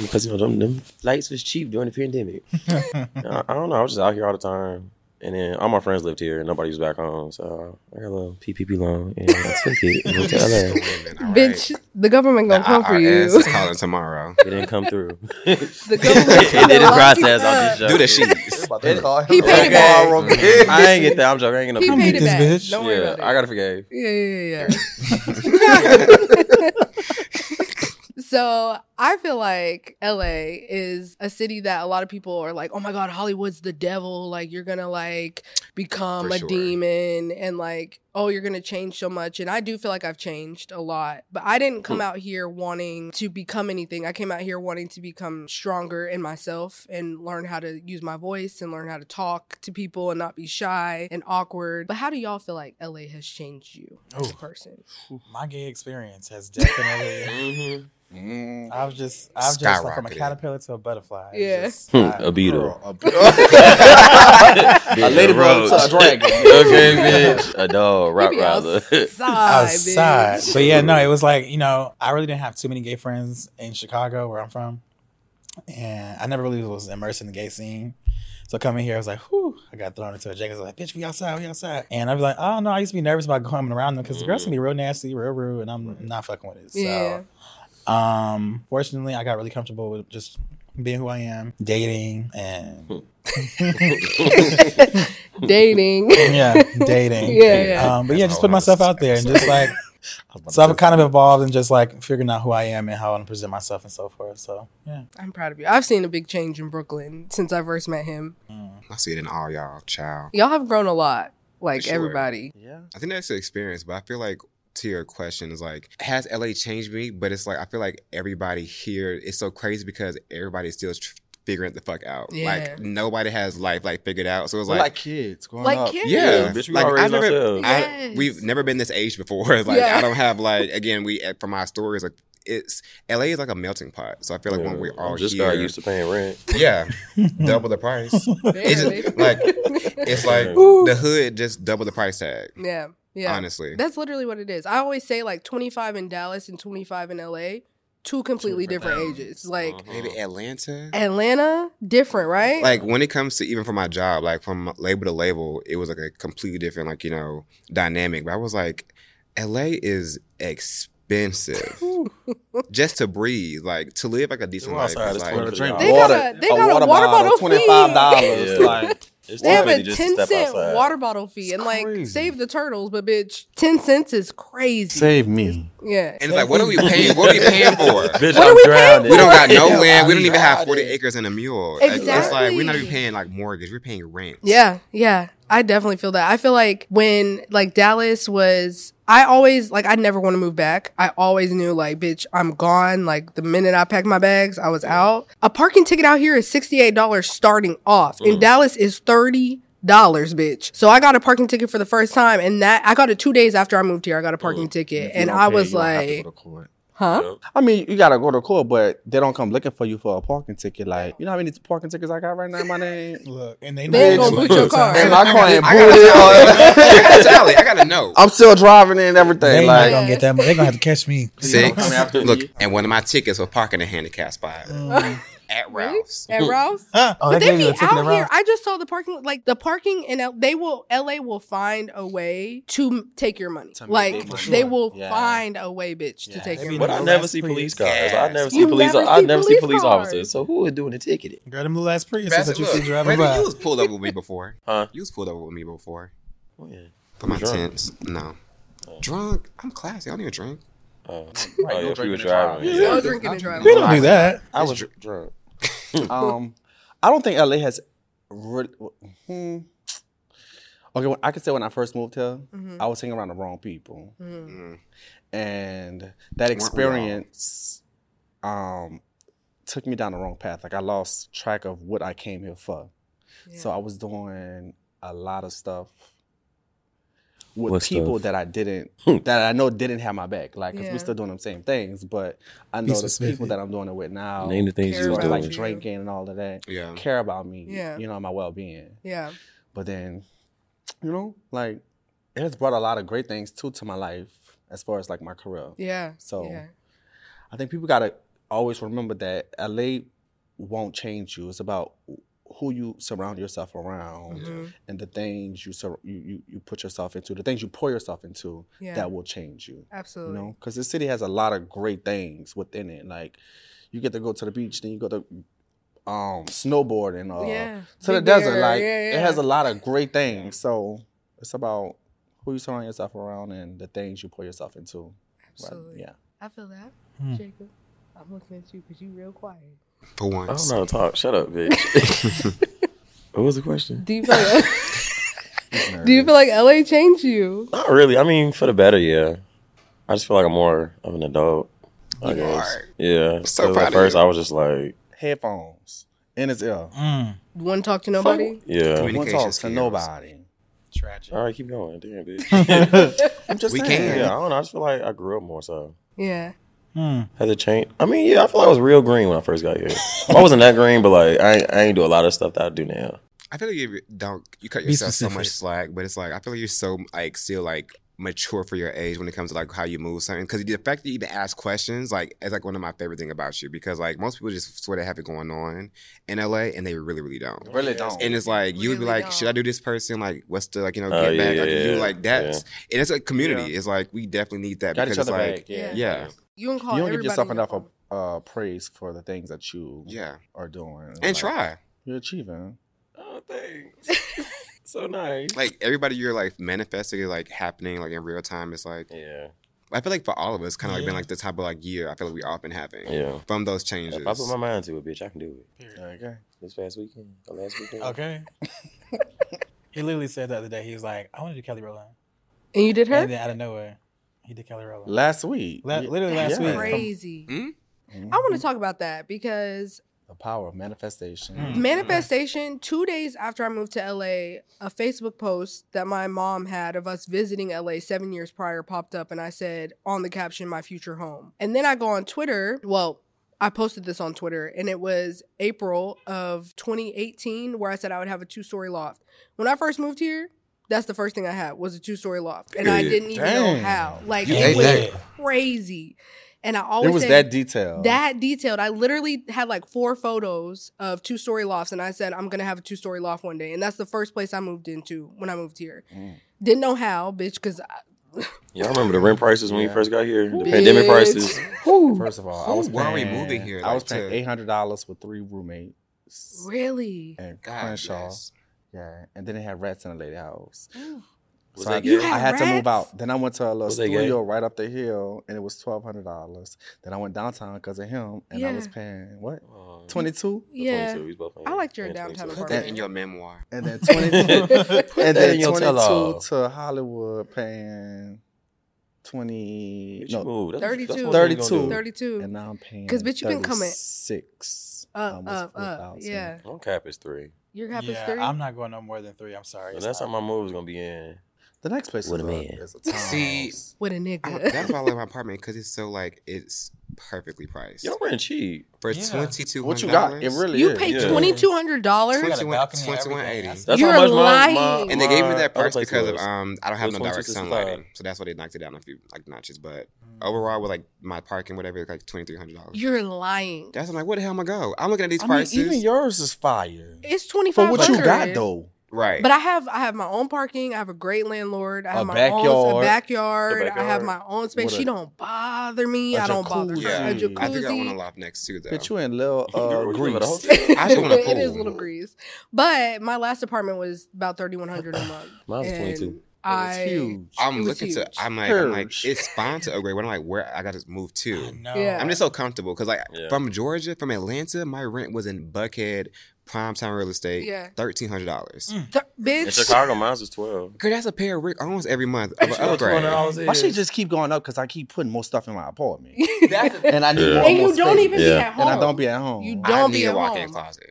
[SPEAKER 7] because you know them, them lights was cheap during the pandemic. I, I don't know. I was just out here all the time, and then all my friends lived here, and nobody was back home. So I got a little PPP loan, and I took it and went to LA. It
[SPEAKER 5] Bitch, the government gonna come for you.
[SPEAKER 3] is calling tomorrow.
[SPEAKER 7] didn't come through.
[SPEAKER 5] The government
[SPEAKER 7] it
[SPEAKER 5] gonna
[SPEAKER 7] didn't
[SPEAKER 5] lock
[SPEAKER 7] process.
[SPEAKER 5] you
[SPEAKER 7] I'm
[SPEAKER 5] up.
[SPEAKER 7] just joking.
[SPEAKER 5] He paid it back.
[SPEAKER 7] Okay. I ain't get that. I'm joking. I ain't get
[SPEAKER 5] He
[SPEAKER 7] no.
[SPEAKER 5] paid
[SPEAKER 6] beat
[SPEAKER 5] it
[SPEAKER 6] this
[SPEAKER 5] back.
[SPEAKER 6] bitch.
[SPEAKER 5] Don't worry
[SPEAKER 7] Yeah,
[SPEAKER 5] about it.
[SPEAKER 7] I gotta forgive.
[SPEAKER 5] yeah, yeah, yeah. so I feel like LA is a city that a lot of people are like, oh my God, Hollywood's the devil. Like, you're gonna like become
[SPEAKER 3] For
[SPEAKER 5] a
[SPEAKER 3] sure.
[SPEAKER 5] demon and like, oh, you're gonna change so much. And I do feel like I've changed a lot, but I didn't
[SPEAKER 3] Hmm.
[SPEAKER 5] come out here wanting to become anything. I came out here wanting to become stronger in myself and learn how to use my voice and learn how to talk to people and not be shy and awkward. But how do y'all feel like LA has changed you as a
[SPEAKER 6] Ooh.
[SPEAKER 5] person?
[SPEAKER 6] Oh, My gay experience has definitely.
[SPEAKER 7] Mm-hmm.
[SPEAKER 6] I've just, I've just like, from a
[SPEAKER 3] Skyrocketed.
[SPEAKER 6] caterpillar to a butterfly. It's
[SPEAKER 5] Yeah.
[SPEAKER 6] just- I-
[SPEAKER 7] Hmm, A beetle.
[SPEAKER 4] A ladybug to a dragon.
[SPEAKER 7] okay, bitch. A dog, rock
[SPEAKER 5] You be
[SPEAKER 7] rather.
[SPEAKER 5] outside, bitch.
[SPEAKER 6] outside. But yeah, no, it was like you know, I really didn't have too many gay friends in Chicago where I'm from, and I never really was immersed in the gay scene. So coming here, I was like, whew, I got thrown into a jacket. I was like, bitch, we outside, we outside. And I was like, oh no, I used to be nervous about coming around them because the girls can be real nasty, real rude, and I'm not fucking with it. So
[SPEAKER 5] Mm-hmm. Yeah.
[SPEAKER 6] um, fortunately, I got really comfortable with just being who I am, dating, and
[SPEAKER 5] Dating.
[SPEAKER 6] yeah, dating.
[SPEAKER 5] Yeah, yeah.
[SPEAKER 6] Um, but yeah,
[SPEAKER 3] That's
[SPEAKER 6] just
[SPEAKER 3] a
[SPEAKER 6] put
[SPEAKER 3] whole
[SPEAKER 6] myself
[SPEAKER 3] nother
[SPEAKER 6] out there and just like So I've kind of evolved and just like figuring out who I am and how I want to present myself and so forth. So yeah,
[SPEAKER 5] I'm proud of you. I've seen a big change in Brooklyn since I first met him.
[SPEAKER 6] Mm.
[SPEAKER 3] I see it in all y'all, child.
[SPEAKER 5] Y'all have grown a lot, like
[SPEAKER 3] For sure.
[SPEAKER 5] everybody.
[SPEAKER 4] Yeah.
[SPEAKER 3] I think that's the experience, but I feel like to your question is like, has LA changed me? But it's like I feel like everybody here. It's so crazy because everybody's still tr- figuring it the fuck out.
[SPEAKER 5] Yeah.
[SPEAKER 3] Like nobody has life like figured out. So it was
[SPEAKER 4] We're
[SPEAKER 3] like,
[SPEAKER 4] like, kids growing
[SPEAKER 5] Like
[SPEAKER 4] up.
[SPEAKER 5] kids.
[SPEAKER 3] yeah,
[SPEAKER 7] Yeah, bitch, we
[SPEAKER 3] like
[SPEAKER 7] all
[SPEAKER 3] I
[SPEAKER 7] raised
[SPEAKER 3] never,
[SPEAKER 7] ourselves.
[SPEAKER 3] I,
[SPEAKER 5] Yes.
[SPEAKER 3] we've never been this age before. Like
[SPEAKER 5] Yeah.
[SPEAKER 3] I don't have like again, we eh, from my stories like it's LA is like a melting pot. So I feel like when we're all
[SPEAKER 7] just
[SPEAKER 3] here,
[SPEAKER 7] got used to paying rent.
[SPEAKER 3] yeah, double the price. It's just, like it's like
[SPEAKER 7] Ooh.
[SPEAKER 3] the hood just double the price tag.
[SPEAKER 5] yeah, yeah.
[SPEAKER 3] Honestly,
[SPEAKER 5] That's literally what it is. I always say like 25 in Dallas and 25 in LA, two completely different ages. Like
[SPEAKER 7] Uh-huh.
[SPEAKER 3] maybe Atlanta.
[SPEAKER 5] Atlanta, different, right?
[SPEAKER 3] like when it comes to even for my job, like from label to label, it was like a completely different, like you know, dynamic. But I was like, LA is expensive just to breathe, like to live like a decent
[SPEAKER 7] Go
[SPEAKER 3] life.
[SPEAKER 7] outside,
[SPEAKER 3] is,
[SPEAKER 7] it's
[SPEAKER 3] like-
[SPEAKER 7] twenty
[SPEAKER 4] Where a drink
[SPEAKER 5] They
[SPEAKER 4] water,
[SPEAKER 5] got a- they got a water bottle
[SPEAKER 4] twenty five dollars.
[SPEAKER 7] fee.
[SPEAKER 4] Like
[SPEAKER 7] It's
[SPEAKER 5] they have a
[SPEAKER 7] tempting to
[SPEAKER 5] 10
[SPEAKER 7] step
[SPEAKER 5] cent
[SPEAKER 7] outside.
[SPEAKER 5] water bottle fee and like
[SPEAKER 4] crazy.
[SPEAKER 5] save the turtles, but bitch, 10 cents is crazy.
[SPEAKER 4] save me.
[SPEAKER 5] yeah.
[SPEAKER 3] and it's like, what are we paying? What are we paying for?
[SPEAKER 7] Bitch,
[SPEAKER 5] What are
[SPEAKER 7] I'm
[SPEAKER 5] we paying
[SPEAKER 7] drowning.
[SPEAKER 3] We don't got no
[SPEAKER 4] Yeah,
[SPEAKER 3] land. We
[SPEAKER 4] I'm
[SPEAKER 3] don't even have
[SPEAKER 4] driving.
[SPEAKER 3] forty acres and a mule. Like, It's like we're
[SPEAKER 5] Exactly.
[SPEAKER 3] not even paying like mortgage. We're paying rent.
[SPEAKER 5] Yeah, yeah. I definitely feel that. I feel like when like Dallas was I always like I never want to move back. I always knew like bitch, I'm gone. Like the minute I packed my bags, I was out. A parking ticket out here is $68 starting off. In
[SPEAKER 7] Mm.
[SPEAKER 5] Dallas is 30 dollars bitch so i got a parking ticket for the first time and that i got it two days after i moved here i got a parking
[SPEAKER 7] Mm.
[SPEAKER 5] ticket and i was like huh
[SPEAKER 4] I mean, you gotta go to court, but they don't come looking for you for a parking ticket. Like, you know how many parking tickets I got right now in my name?
[SPEAKER 6] Look, and they
[SPEAKER 5] they ain't
[SPEAKER 6] know-
[SPEAKER 5] gonna boot your car
[SPEAKER 4] And my car ain't
[SPEAKER 3] I gotta
[SPEAKER 4] booted.
[SPEAKER 3] tally. I gotta tally. I gotta know.
[SPEAKER 4] I'm still driving and everything.
[SPEAKER 6] They not
[SPEAKER 4] Like,
[SPEAKER 6] gonna get that. They're gonna have to catch me.
[SPEAKER 3] Six.
[SPEAKER 4] coming after
[SPEAKER 3] Look,
[SPEAKER 4] you.
[SPEAKER 3] and one of my tickets was parking in a handicap spot at Ralph's.
[SPEAKER 5] at Ralph's
[SPEAKER 6] Huh? Oh,
[SPEAKER 5] But
[SPEAKER 6] they
[SPEAKER 5] they
[SPEAKER 6] gave
[SPEAKER 5] be
[SPEAKER 6] you a
[SPEAKER 5] out
[SPEAKER 6] ticket
[SPEAKER 5] here.
[SPEAKER 6] around.
[SPEAKER 5] I just saw the parking, like the parking in L- they will LA will find a way to m- take your money.
[SPEAKER 4] To make
[SPEAKER 5] like
[SPEAKER 4] their money.
[SPEAKER 5] they will
[SPEAKER 4] Yeah.
[SPEAKER 5] find a way, bitch, to
[SPEAKER 4] Yeah.
[SPEAKER 5] take
[SPEAKER 6] They
[SPEAKER 5] your
[SPEAKER 6] be
[SPEAKER 5] money.
[SPEAKER 7] But I never see
[SPEAKER 6] Yes.
[SPEAKER 7] police cars. I never see
[SPEAKER 5] You
[SPEAKER 7] police.
[SPEAKER 5] never
[SPEAKER 7] I
[SPEAKER 5] see
[SPEAKER 7] never see
[SPEAKER 5] police
[SPEAKER 7] police
[SPEAKER 5] cars.
[SPEAKER 7] officers. So who is doing the ticketing?
[SPEAKER 6] Girl, them little ass Priuses
[SPEAKER 3] That's-
[SPEAKER 6] that you
[SPEAKER 3] look,
[SPEAKER 6] see driving
[SPEAKER 3] Brandon,
[SPEAKER 6] by.
[SPEAKER 3] You was pulled over with me before.
[SPEAKER 7] Huh?
[SPEAKER 3] You was pulled over with me before.
[SPEAKER 7] Oh, yeah.
[SPEAKER 3] For my
[SPEAKER 7] Drunk.
[SPEAKER 3] tents. No. Drunk. I'm classy. I don't even drink.
[SPEAKER 7] Oh,
[SPEAKER 4] Right,
[SPEAKER 7] oh,
[SPEAKER 4] no
[SPEAKER 7] yeah, if we
[SPEAKER 4] drinking
[SPEAKER 7] were
[SPEAKER 4] and
[SPEAKER 7] driving.
[SPEAKER 4] driving.
[SPEAKER 7] yeah.
[SPEAKER 5] No drinking and driving.
[SPEAKER 6] We don't do that.
[SPEAKER 3] I was drunk.
[SPEAKER 4] um, I don't think LA has really. Hmm. Okay, well, I could say when I first moved here,
[SPEAKER 5] Mm-hmm.
[SPEAKER 4] I was hanging around the wrong people,
[SPEAKER 3] Mm.
[SPEAKER 4] and that
[SPEAKER 3] Weren't we all?
[SPEAKER 4] experience um, took me down the wrong path. Like I lost track of what I came here for. So I was doing a lot of stuff with
[SPEAKER 7] What
[SPEAKER 4] people
[SPEAKER 7] stuff?
[SPEAKER 4] that I didn't, that I know didn't have my back. Like, 'cause
[SPEAKER 5] Yeah.
[SPEAKER 4] we still doing the same things, but I
[SPEAKER 6] Be
[SPEAKER 4] know the
[SPEAKER 6] specific.
[SPEAKER 4] people that I'm doing it with now,
[SPEAKER 7] Name the things
[SPEAKER 5] Care
[SPEAKER 7] you was
[SPEAKER 4] as far
[SPEAKER 5] about
[SPEAKER 4] as,
[SPEAKER 7] doing.
[SPEAKER 4] like
[SPEAKER 5] you.
[SPEAKER 4] drinking and all of that,
[SPEAKER 3] Yeah.
[SPEAKER 4] care about me,
[SPEAKER 5] Yeah.
[SPEAKER 4] you know, my well being.
[SPEAKER 5] yeah,
[SPEAKER 4] But then, you know, like it has brought a lot of great things too to my life as far as like my career.
[SPEAKER 5] yeah.
[SPEAKER 4] So
[SPEAKER 5] yeah.
[SPEAKER 4] I think people gotta always remember that LA won't change you. It's about who you surround yourself around
[SPEAKER 5] Mhm.
[SPEAKER 4] and the things you, sur- you you you put yourself into, the things you pour yourself into
[SPEAKER 5] Yeah.
[SPEAKER 4] that will change you.
[SPEAKER 5] absolutely.
[SPEAKER 4] You know, because the city has a lot of great things within it. Like you get to go to the beach, then you go to um snowboarding or
[SPEAKER 5] Yeah.
[SPEAKER 4] to the
[SPEAKER 5] Big
[SPEAKER 4] desert.
[SPEAKER 5] Bear,
[SPEAKER 4] Like
[SPEAKER 5] yeah,
[SPEAKER 4] it has
[SPEAKER 5] yeah.
[SPEAKER 4] a lot of great things. So it's about who you surround yourself around and the things you pour yourself into. Right?
[SPEAKER 5] Absolutely.
[SPEAKER 4] Yeah.
[SPEAKER 5] I feel that,
[SPEAKER 6] Hmm.
[SPEAKER 5] Jacob. I'm looking at you because you real quiet.
[SPEAKER 3] For
[SPEAKER 7] I don't
[SPEAKER 3] once.
[SPEAKER 7] know. Talk. Shut up, bitch. what was the question?
[SPEAKER 5] Do you feel like, do you feel like LA changed you?
[SPEAKER 7] Not really. I mean, for the better, yeah. I just feel like I'm more of an adult. I
[SPEAKER 3] You
[SPEAKER 7] guess.
[SPEAKER 3] are.
[SPEAKER 7] Yeah.
[SPEAKER 3] so
[SPEAKER 7] 'Cause
[SPEAKER 3] proud
[SPEAKER 7] at
[SPEAKER 3] of
[SPEAKER 7] first,
[SPEAKER 3] you.
[SPEAKER 7] I was just like,
[SPEAKER 4] Headphones in his ear.
[SPEAKER 6] Mm.
[SPEAKER 5] Wouldn't talk to nobody.
[SPEAKER 7] yeah.
[SPEAKER 3] Community.
[SPEAKER 4] Won't
[SPEAKER 3] Communication
[SPEAKER 4] talk to
[SPEAKER 3] skills.
[SPEAKER 4] nobody.
[SPEAKER 6] Tragic.
[SPEAKER 7] All right, keep going. Damn, bitch.
[SPEAKER 4] I'm just
[SPEAKER 3] We
[SPEAKER 4] saying.
[SPEAKER 3] can.
[SPEAKER 7] yeah, I don't know. I just feel like I grew up more so.
[SPEAKER 5] Yeah,
[SPEAKER 6] Mm.
[SPEAKER 7] Has it changed? I mean, yeah, I feel like I was real green when I first got here. I wasn't that green, but like I, ain't- I ain't do a lot of stuff that I do now.
[SPEAKER 3] I feel like you don't you cut
[SPEAKER 6] Be
[SPEAKER 3] yourself so
[SPEAKER 6] specific.
[SPEAKER 3] much slack, but it's like I feel like you're so like still like mature for your age when it comes to like how you move something. Because the fact that you even ask questions, like, is like one of my favorite thing about you. Because like most people just swear they have it going on in LA, and they really really don't.
[SPEAKER 4] Really don't.
[SPEAKER 3] And it's like you would be
[SPEAKER 5] Really
[SPEAKER 3] like,
[SPEAKER 5] don't.
[SPEAKER 3] should I do this person? Like, what's the like you know
[SPEAKER 7] Oh,
[SPEAKER 3] get back?
[SPEAKER 7] yeah,
[SPEAKER 3] like
[SPEAKER 7] yeah,
[SPEAKER 3] you
[SPEAKER 7] yeah.
[SPEAKER 3] like that's and it's a community. It's like we definitely need that
[SPEAKER 4] Got
[SPEAKER 3] because
[SPEAKER 4] each
[SPEAKER 3] it's
[SPEAKER 4] other
[SPEAKER 3] like
[SPEAKER 4] back. Yeah.
[SPEAKER 5] Yeah.
[SPEAKER 3] yeah,
[SPEAKER 5] you don't call.
[SPEAKER 4] You don't give
[SPEAKER 5] everybody
[SPEAKER 4] yourself
[SPEAKER 5] your
[SPEAKER 4] enough
[SPEAKER 5] phone.
[SPEAKER 4] of, uh, praise for the things that you
[SPEAKER 3] yeah,
[SPEAKER 4] are doing.
[SPEAKER 3] and try.
[SPEAKER 4] You're achieving.
[SPEAKER 7] Oh, thanks. so nice.
[SPEAKER 3] Like everybody, you're like manifesting is like happening like in real time. It's like
[SPEAKER 7] Yeah.
[SPEAKER 3] I feel like for all of us, kind of like
[SPEAKER 6] Yeah.
[SPEAKER 3] been like the type of like year I feel like we all been having
[SPEAKER 7] Yeah.
[SPEAKER 3] from those
[SPEAKER 7] If
[SPEAKER 3] changes.
[SPEAKER 7] I put my mind to it, bitch, I can do it.
[SPEAKER 4] Okay.
[SPEAKER 7] This past weekend, or last weekend.
[SPEAKER 6] Okay. he literally said the other day. He was like, "I want to do Kelly Rowland,"
[SPEAKER 5] And you did her.
[SPEAKER 6] and then out of nowhere, he did Kelly Rowland.
[SPEAKER 4] Last week.
[SPEAKER 6] La- literally last
[SPEAKER 5] That's
[SPEAKER 4] Mm-hmm.
[SPEAKER 6] week.
[SPEAKER 5] crazy.
[SPEAKER 3] Hmm?
[SPEAKER 5] I want to talk about that because
[SPEAKER 4] the power of manifestation.
[SPEAKER 6] Mm. Mm-hmm.
[SPEAKER 5] Manifestation, two days after I moved to LA, a Facebook post that my mom had of us visiting LA seven years prior popped up, and I said on the caption, my future home. And then I go on Twitter, well, I posted this on Twitter, and it was April of 2018, where I said I would have a two story loft. When I first moved here, that's the first thing I had was a two story loft, and I
[SPEAKER 7] Yeah.
[SPEAKER 5] didn't even know
[SPEAKER 4] Dang.
[SPEAKER 5] how. Like,
[SPEAKER 6] You
[SPEAKER 5] it
[SPEAKER 4] ain't
[SPEAKER 5] was
[SPEAKER 6] that-
[SPEAKER 5] crazy. And I
[SPEAKER 4] It
[SPEAKER 5] always
[SPEAKER 4] was
[SPEAKER 5] said-
[SPEAKER 4] that detail.
[SPEAKER 5] that detailed. I literally had like four photos of two story lofts, and I said, I'm gonna have a two story loft one day. And that's the first place I moved into when I moved here.
[SPEAKER 4] Mm.
[SPEAKER 5] Didn't know how, bitch, because
[SPEAKER 7] Y'all remember the rent prices when
[SPEAKER 4] Yeah.
[SPEAKER 7] we first got here? The pandemic
[SPEAKER 5] Bitch.
[SPEAKER 7] prices.
[SPEAKER 4] First of all,
[SPEAKER 3] Who-
[SPEAKER 4] I was
[SPEAKER 3] why
[SPEAKER 4] paying,
[SPEAKER 3] are we moving here?
[SPEAKER 4] I was
[SPEAKER 3] Like,
[SPEAKER 4] paying
[SPEAKER 3] to-
[SPEAKER 4] eight hundred dollars with three roommates
[SPEAKER 5] really?
[SPEAKER 4] and
[SPEAKER 3] God
[SPEAKER 4] Crenshaw.
[SPEAKER 3] bless.
[SPEAKER 4] Yeah, and then they had rats in the lady house.
[SPEAKER 7] Was
[SPEAKER 4] so
[SPEAKER 7] they
[SPEAKER 4] I,
[SPEAKER 7] gay? You
[SPEAKER 5] had
[SPEAKER 4] I had to move
[SPEAKER 5] rats?
[SPEAKER 4] out. Then I went to a little
[SPEAKER 7] Was they gay?
[SPEAKER 4] studio right up the hill, and it was twelve hundred dollars. Then I went downtown because of him, and I was
[SPEAKER 5] Yeah.
[SPEAKER 4] paying what
[SPEAKER 7] Um,
[SPEAKER 4] twenty two,
[SPEAKER 5] Yeah.
[SPEAKER 7] We both
[SPEAKER 5] I liked your
[SPEAKER 7] paying
[SPEAKER 5] downtown
[SPEAKER 7] 22.
[SPEAKER 5] apartment.
[SPEAKER 3] That in your memoir.
[SPEAKER 4] and then twenty two, and
[SPEAKER 7] that in
[SPEAKER 4] then
[SPEAKER 7] your
[SPEAKER 4] twenty two
[SPEAKER 7] tell-all.
[SPEAKER 4] to Hollywood paying twenty.
[SPEAKER 7] Bitch, you
[SPEAKER 4] No,
[SPEAKER 7] moved. That's- that's
[SPEAKER 5] 32.
[SPEAKER 7] what you gonna do.
[SPEAKER 5] 32.
[SPEAKER 4] and now I'm paying
[SPEAKER 5] 'Cause bitch, you been coming
[SPEAKER 4] six
[SPEAKER 5] Up, up, up. Yeah.
[SPEAKER 7] One cap is three.
[SPEAKER 5] Your gap is
[SPEAKER 6] yeah,
[SPEAKER 5] three.
[SPEAKER 6] I'm not going no more than three. I'm sorry.
[SPEAKER 7] And that's how my move is gonna be in.
[SPEAKER 4] The next place
[SPEAKER 7] What
[SPEAKER 4] is
[SPEAKER 7] a
[SPEAKER 4] a,
[SPEAKER 7] man.
[SPEAKER 4] is a
[SPEAKER 3] See,
[SPEAKER 4] townhouse.
[SPEAKER 5] with a
[SPEAKER 3] I,
[SPEAKER 5] nigga.
[SPEAKER 3] that's why I love my apartment because it's so like it's perfectly priced
[SPEAKER 7] Your rent cheap.
[SPEAKER 3] for
[SPEAKER 6] Yeah.
[SPEAKER 3] twenty two
[SPEAKER 4] What
[SPEAKER 3] hundred
[SPEAKER 4] you got? It
[SPEAKER 3] dollars.
[SPEAKER 4] really
[SPEAKER 5] you
[SPEAKER 4] is.
[SPEAKER 5] paid
[SPEAKER 7] Yeah.
[SPEAKER 5] twenty two hundred
[SPEAKER 6] We
[SPEAKER 5] dollars.
[SPEAKER 6] got a balcony and
[SPEAKER 3] 21,
[SPEAKER 6] everything.
[SPEAKER 3] 80.
[SPEAKER 7] That's
[SPEAKER 5] You're
[SPEAKER 7] how much my,
[SPEAKER 5] lying.
[SPEAKER 7] my
[SPEAKER 3] And they gave me
[SPEAKER 7] my
[SPEAKER 3] that price
[SPEAKER 7] other place
[SPEAKER 3] because of
[SPEAKER 7] was.
[SPEAKER 3] um I don't have
[SPEAKER 7] It
[SPEAKER 3] no
[SPEAKER 7] was
[SPEAKER 3] direct
[SPEAKER 7] 22.65.
[SPEAKER 3] sunlight, so that's why they knocked it down a few like notches. But overall, with like my parking, whatever, it's like twenty three hundred dollars.
[SPEAKER 5] You're lying.
[SPEAKER 3] That's I'm like, where the hell am I go? I'm looking at these
[SPEAKER 4] I mean,
[SPEAKER 3] prices,
[SPEAKER 4] even yours is fire.
[SPEAKER 5] It's twenty
[SPEAKER 4] For
[SPEAKER 5] five.
[SPEAKER 4] what you got though,
[SPEAKER 3] right?
[SPEAKER 5] But I have I have my own parking. I have a great landlord. I
[SPEAKER 4] A
[SPEAKER 5] have my own a
[SPEAKER 4] backyard.
[SPEAKER 5] backyard.
[SPEAKER 7] A
[SPEAKER 5] I have
[SPEAKER 7] backyard.
[SPEAKER 5] my own space.
[SPEAKER 4] With a-
[SPEAKER 5] she don't bother me.
[SPEAKER 4] a
[SPEAKER 5] I don't bother her.
[SPEAKER 3] Yeah.
[SPEAKER 5] A
[SPEAKER 4] jacuzzi.
[SPEAKER 5] jacuzzi.
[SPEAKER 3] I think I want to loft next too, though.
[SPEAKER 4] bitch. You in little uh,
[SPEAKER 7] You live at a
[SPEAKER 4] Greece.
[SPEAKER 7] hotel.
[SPEAKER 3] I just want a
[SPEAKER 5] It is
[SPEAKER 3] pool.
[SPEAKER 5] little grease. But my last apartment was about thirty one hundred a month.
[SPEAKER 7] Mine was
[SPEAKER 5] And
[SPEAKER 7] 22.
[SPEAKER 5] I
[SPEAKER 4] It's huge.
[SPEAKER 5] It
[SPEAKER 3] I'm
[SPEAKER 5] was
[SPEAKER 3] looking to.
[SPEAKER 5] huge.
[SPEAKER 3] I'm like, I'm like,
[SPEAKER 4] Purge.
[SPEAKER 3] it's fine to upgrade. But I'm like, where I got to move to?
[SPEAKER 6] Mm, No.
[SPEAKER 5] Yeah.
[SPEAKER 3] I'm just so comfortable because like
[SPEAKER 7] Yeah.
[SPEAKER 3] from Georgia, from Atlanta, my rent was in Buckhead, prime time real estate,
[SPEAKER 5] Yeah. Mm.
[SPEAKER 3] thirteen hundred dollars.
[SPEAKER 5] Th-
[SPEAKER 7] In
[SPEAKER 5] bitch.
[SPEAKER 7] Chicago, mine was twelve.
[SPEAKER 3] Girl, that's a pair of Rick almost every month of an upgrade.
[SPEAKER 7] $200
[SPEAKER 4] Why should
[SPEAKER 7] is.
[SPEAKER 4] just keep going up? Because I keep putting more stuff in my apartment,
[SPEAKER 5] and
[SPEAKER 4] and I need
[SPEAKER 7] Yeah.
[SPEAKER 4] more.
[SPEAKER 7] And
[SPEAKER 4] more
[SPEAKER 5] you don't
[SPEAKER 4] space.
[SPEAKER 5] even be
[SPEAKER 7] Yeah.
[SPEAKER 5] at home.
[SPEAKER 4] And I don't be at home.
[SPEAKER 5] You
[SPEAKER 3] I
[SPEAKER 5] Don't
[SPEAKER 3] need
[SPEAKER 5] be
[SPEAKER 3] a
[SPEAKER 5] at
[SPEAKER 3] walk-in
[SPEAKER 5] home.
[SPEAKER 3] closet.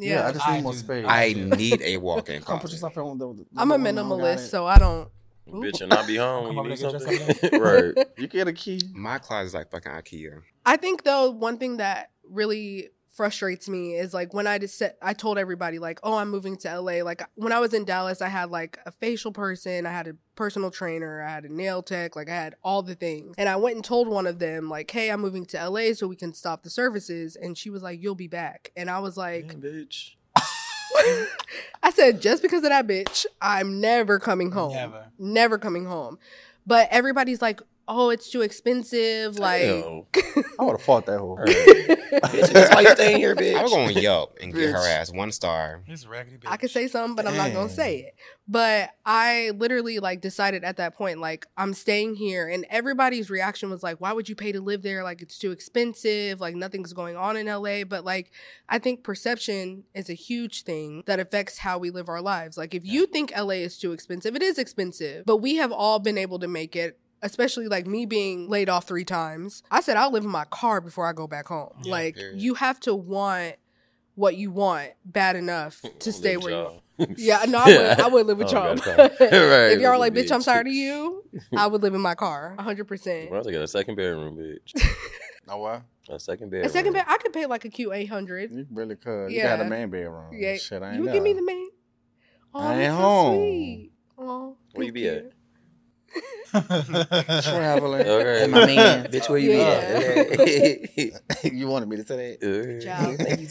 [SPEAKER 5] Yeah.
[SPEAKER 4] Yeah, I just need more
[SPEAKER 6] do-
[SPEAKER 4] space.
[SPEAKER 3] I
[SPEAKER 6] do.
[SPEAKER 3] need a walk-in
[SPEAKER 4] Come put
[SPEAKER 3] closet.
[SPEAKER 4] yourself on the, the
[SPEAKER 5] I'm a
[SPEAKER 4] one that don't got
[SPEAKER 5] minimalist,
[SPEAKER 4] it.
[SPEAKER 5] so I don't.
[SPEAKER 7] Bitch, and I be
[SPEAKER 6] Come
[SPEAKER 7] home when you need
[SPEAKER 6] over there,
[SPEAKER 7] something.
[SPEAKER 6] get
[SPEAKER 7] right.
[SPEAKER 4] You get a key.
[SPEAKER 3] My closet's like fucking IKEA.
[SPEAKER 5] I think though one thing that really frustrates me is like when I just said I told everybody like oh I'm moving to LA like when I was in Dallas I had like a facial person I had a personal trainer I had a nail tech like I had all the things and I went and told one of them like hey I'm moving to LA so we can stop the services and she was like you'll be back and I was like
[SPEAKER 7] Damn, bitch.
[SPEAKER 5] I said, just because of that bitch, I'm never coming home.
[SPEAKER 6] Never.
[SPEAKER 5] Never coming home. But everybody's like, oh, it's too expensive. Like,
[SPEAKER 7] Damn.
[SPEAKER 4] I would have fought that whole.
[SPEAKER 7] bitch, that's why you staying here, bitch.
[SPEAKER 3] I'm going Yelp and get her
[SPEAKER 7] Bitch.
[SPEAKER 3] ass one star.
[SPEAKER 6] This raggedy bitch.
[SPEAKER 5] I could say something, but I'm not gonna
[SPEAKER 4] Dang.
[SPEAKER 5] say it. But I literally like decided at that point, like I'm staying here, and everybody's reaction was like, "Why would you pay to live there? Like it's too expensive. Like nothing's going on in LA." But like I think perception is a huge thing that affects how we live our lives. Like if you think LA is too expensive, it is expensive, but we have all been able to make it. Especially like me being laid off three times, I said I'll live in my car before I go back home.
[SPEAKER 6] Yeah,
[SPEAKER 5] like
[SPEAKER 3] period.
[SPEAKER 5] you have to want what you want bad enough to stay where you
[SPEAKER 7] you
[SPEAKER 5] yeah, no, I would, I would live with
[SPEAKER 7] Oh,
[SPEAKER 5] y'all.
[SPEAKER 7] God,
[SPEAKER 5] but
[SPEAKER 7] God. Right,
[SPEAKER 5] if y'all are
[SPEAKER 7] with
[SPEAKER 5] like,
[SPEAKER 7] the
[SPEAKER 5] bitch, I'm
[SPEAKER 7] bitch."
[SPEAKER 5] tired of you, I would live in my car, 100%.
[SPEAKER 7] Bro, I got a second bedroom, bitch.
[SPEAKER 4] No what?
[SPEAKER 7] A second bedroom.
[SPEAKER 5] A second bed, I could pay like a cute 800.
[SPEAKER 4] You really could. You
[SPEAKER 5] Yeah.
[SPEAKER 4] got a man bedroom.
[SPEAKER 5] Yeah,
[SPEAKER 4] Shit, I ain't
[SPEAKER 5] you would
[SPEAKER 4] know.
[SPEAKER 5] give me the man. Oh,
[SPEAKER 4] I ain't
[SPEAKER 5] that's so
[SPEAKER 4] home.
[SPEAKER 5] sweet. Oh,
[SPEAKER 7] Where you be at?
[SPEAKER 4] traveling.
[SPEAKER 7] Okay.
[SPEAKER 4] And my man.
[SPEAKER 7] bitch, where you
[SPEAKER 5] Yeah.
[SPEAKER 7] be at?
[SPEAKER 4] you wanted me to say that.
[SPEAKER 7] Okay.
[SPEAKER 5] Ciao.
[SPEAKER 7] Thank you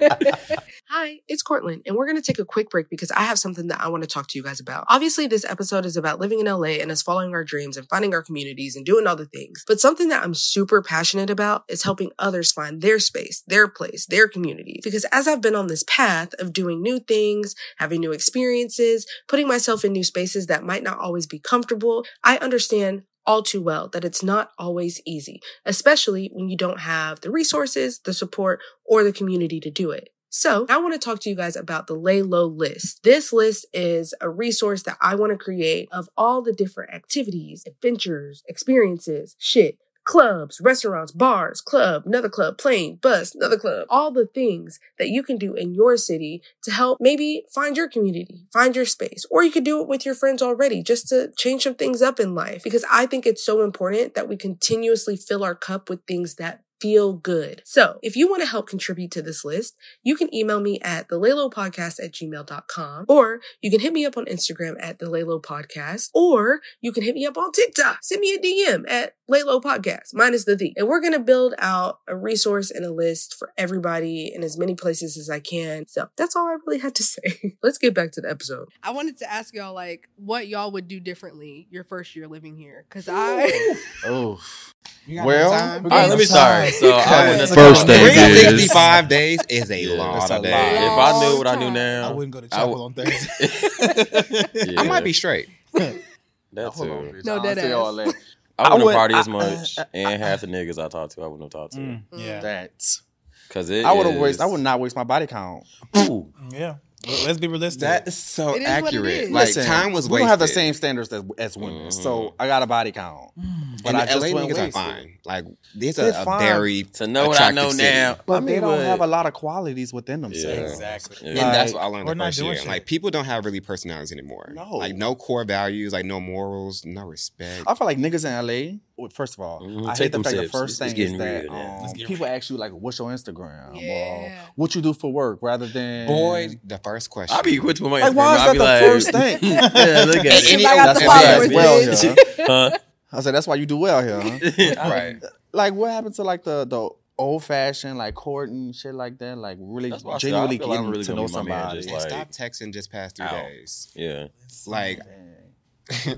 [SPEAKER 7] to my man.
[SPEAKER 1] Hi, it's Courtland, and we're going to take a quick break because I have something that I want to talk to you guys about. Obviously, this episode is about living in LA and us following our dreams and finding our communities and doing all the things. But something that I'm super passionate about is helping others find their space, their place, their community. Because as I've been on this path of doing new things, having new experiences, putting myself in new spaces that might not always be comfortable, I understand all too well that it's not always easy, especially when you don't have the resources, the support, or the community to do it. So I want to talk to you guys about the Lay Low list. This list is a resource that I want to create of all the different activities, adventures, experiences, shit.
[SPEAKER 5] clubs, restaurants, bars, club, another club, plane, bus, another club, all the things that you can do in your city to help maybe find your community, find your space, or you could do it with your friends already just to change some things up in life. Because I think it's so important that we continuously fill our cup with things that feel good. So if you want to help contribute to this list, you can email me at podcast at gmail.com or you can hit me up on Instagram at the Laylow Podcast, or you can hit me up on TikTok. Send me a DM at Laylow Podcast, minus the the. And we're going to build out a resource and a list for everybody in as many places as I can. So that's all I really had to say. Let's get back to the episode.
[SPEAKER 8] I wanted to ask y'all like what y'all would do differently your first year living here, because I
[SPEAKER 4] Oh,
[SPEAKER 6] You got
[SPEAKER 4] Well,
[SPEAKER 6] no time?
[SPEAKER 4] we
[SPEAKER 7] All right, let me start. So I
[SPEAKER 4] Because
[SPEAKER 7] wouldn't have-
[SPEAKER 4] first thing is-
[SPEAKER 3] 365 days is a
[SPEAKER 7] Yeah,
[SPEAKER 3] lot
[SPEAKER 7] that's
[SPEAKER 3] of
[SPEAKER 7] a
[SPEAKER 3] days.
[SPEAKER 7] lot. If
[SPEAKER 3] If
[SPEAKER 7] I knew what I knew
[SPEAKER 8] Long time.
[SPEAKER 7] now,
[SPEAKER 6] I wouldn't go to
[SPEAKER 7] I
[SPEAKER 6] chapel
[SPEAKER 7] would-
[SPEAKER 6] on Thursday.
[SPEAKER 3] I
[SPEAKER 7] Yeah,
[SPEAKER 3] might be straight.
[SPEAKER 7] that
[SPEAKER 4] hold on,
[SPEAKER 7] too.
[SPEAKER 4] bitch.
[SPEAKER 8] No,
[SPEAKER 4] I'll
[SPEAKER 8] dead
[SPEAKER 4] say
[SPEAKER 8] ass.
[SPEAKER 4] all that.
[SPEAKER 7] I wouldn't
[SPEAKER 6] would-
[SPEAKER 7] party as
[SPEAKER 6] I-
[SPEAKER 4] uh,
[SPEAKER 7] much, and half the niggas I talked to, I wouldn't have talked to.
[SPEAKER 6] Mm, yeah,
[SPEAKER 4] That.
[SPEAKER 7] Cause it
[SPEAKER 4] I would have
[SPEAKER 7] is-
[SPEAKER 4] waste. I would not waste my body count.
[SPEAKER 7] Ooh,
[SPEAKER 6] yeah. Well, Let's be realistic.
[SPEAKER 3] That is so
[SPEAKER 8] It is what it is.
[SPEAKER 3] accurate. Like
[SPEAKER 4] Listen,
[SPEAKER 3] time was
[SPEAKER 4] We
[SPEAKER 3] wasted.
[SPEAKER 4] don't have the same standards as, as women, so I got a body count.
[SPEAKER 3] But
[SPEAKER 4] I
[SPEAKER 3] I
[SPEAKER 4] just
[SPEAKER 3] LA
[SPEAKER 4] went
[SPEAKER 3] niggas are
[SPEAKER 4] wasted.
[SPEAKER 3] fine. Like these are
[SPEAKER 4] They're
[SPEAKER 3] a
[SPEAKER 4] fine.
[SPEAKER 3] very
[SPEAKER 7] to know what I know
[SPEAKER 3] Attractive
[SPEAKER 7] now,
[SPEAKER 3] city.
[SPEAKER 4] But
[SPEAKER 7] I mean,
[SPEAKER 4] they don't
[SPEAKER 7] but-
[SPEAKER 4] have a lot of qualities within themselves.
[SPEAKER 6] exactly.
[SPEAKER 7] Yeah.
[SPEAKER 3] and that's
[SPEAKER 4] Like,
[SPEAKER 3] what I learned the
[SPEAKER 6] we're not
[SPEAKER 3] first
[SPEAKER 6] doing
[SPEAKER 3] year.
[SPEAKER 6] shit.
[SPEAKER 3] Like people don't have really personalities anymore.
[SPEAKER 4] No.
[SPEAKER 3] like no core values, like no morals, no respect.
[SPEAKER 4] I feel like niggas in LA. well, First of all,
[SPEAKER 7] Mhm,
[SPEAKER 4] I hate
[SPEAKER 7] take
[SPEAKER 4] the
[SPEAKER 7] them
[SPEAKER 4] fact the
[SPEAKER 7] sips.
[SPEAKER 4] first
[SPEAKER 7] It's- it's
[SPEAKER 4] thing is
[SPEAKER 7] getting
[SPEAKER 4] that
[SPEAKER 7] real now.
[SPEAKER 4] um,
[SPEAKER 6] Let's get
[SPEAKER 4] people ask you like, "What's your Instagram?"
[SPEAKER 8] Yeah.
[SPEAKER 4] or "What you do for work?" Rather than
[SPEAKER 3] Boy, the first question.
[SPEAKER 7] I be quick with my
[SPEAKER 4] Like,
[SPEAKER 7] Instagram.
[SPEAKER 4] why is
[SPEAKER 7] I
[SPEAKER 4] that
[SPEAKER 7] be
[SPEAKER 4] the
[SPEAKER 7] like,
[SPEAKER 4] first thing?
[SPEAKER 7] yeah, look at
[SPEAKER 3] And-
[SPEAKER 7] it.
[SPEAKER 3] and-
[SPEAKER 8] I got
[SPEAKER 4] That's
[SPEAKER 8] the
[SPEAKER 4] why
[SPEAKER 7] Yeah,
[SPEAKER 4] you
[SPEAKER 8] followers.
[SPEAKER 4] do well
[SPEAKER 8] bitch.
[SPEAKER 4] here.
[SPEAKER 7] Huh?
[SPEAKER 4] I said, "That's why you do well here." huh?
[SPEAKER 3] right.
[SPEAKER 4] like, what happened to like the the old fashioned like courting shit like that? Like, really
[SPEAKER 7] That's why I said I
[SPEAKER 4] genuinely
[SPEAKER 7] feel like I'm
[SPEAKER 4] getting
[SPEAKER 7] really
[SPEAKER 4] to
[SPEAKER 7] gonna
[SPEAKER 4] know
[SPEAKER 7] be my man
[SPEAKER 4] somebody.
[SPEAKER 7] just, like-
[SPEAKER 3] Stop texting just past three
[SPEAKER 7] Ow.
[SPEAKER 3] days.
[SPEAKER 7] Yeah,
[SPEAKER 3] Like,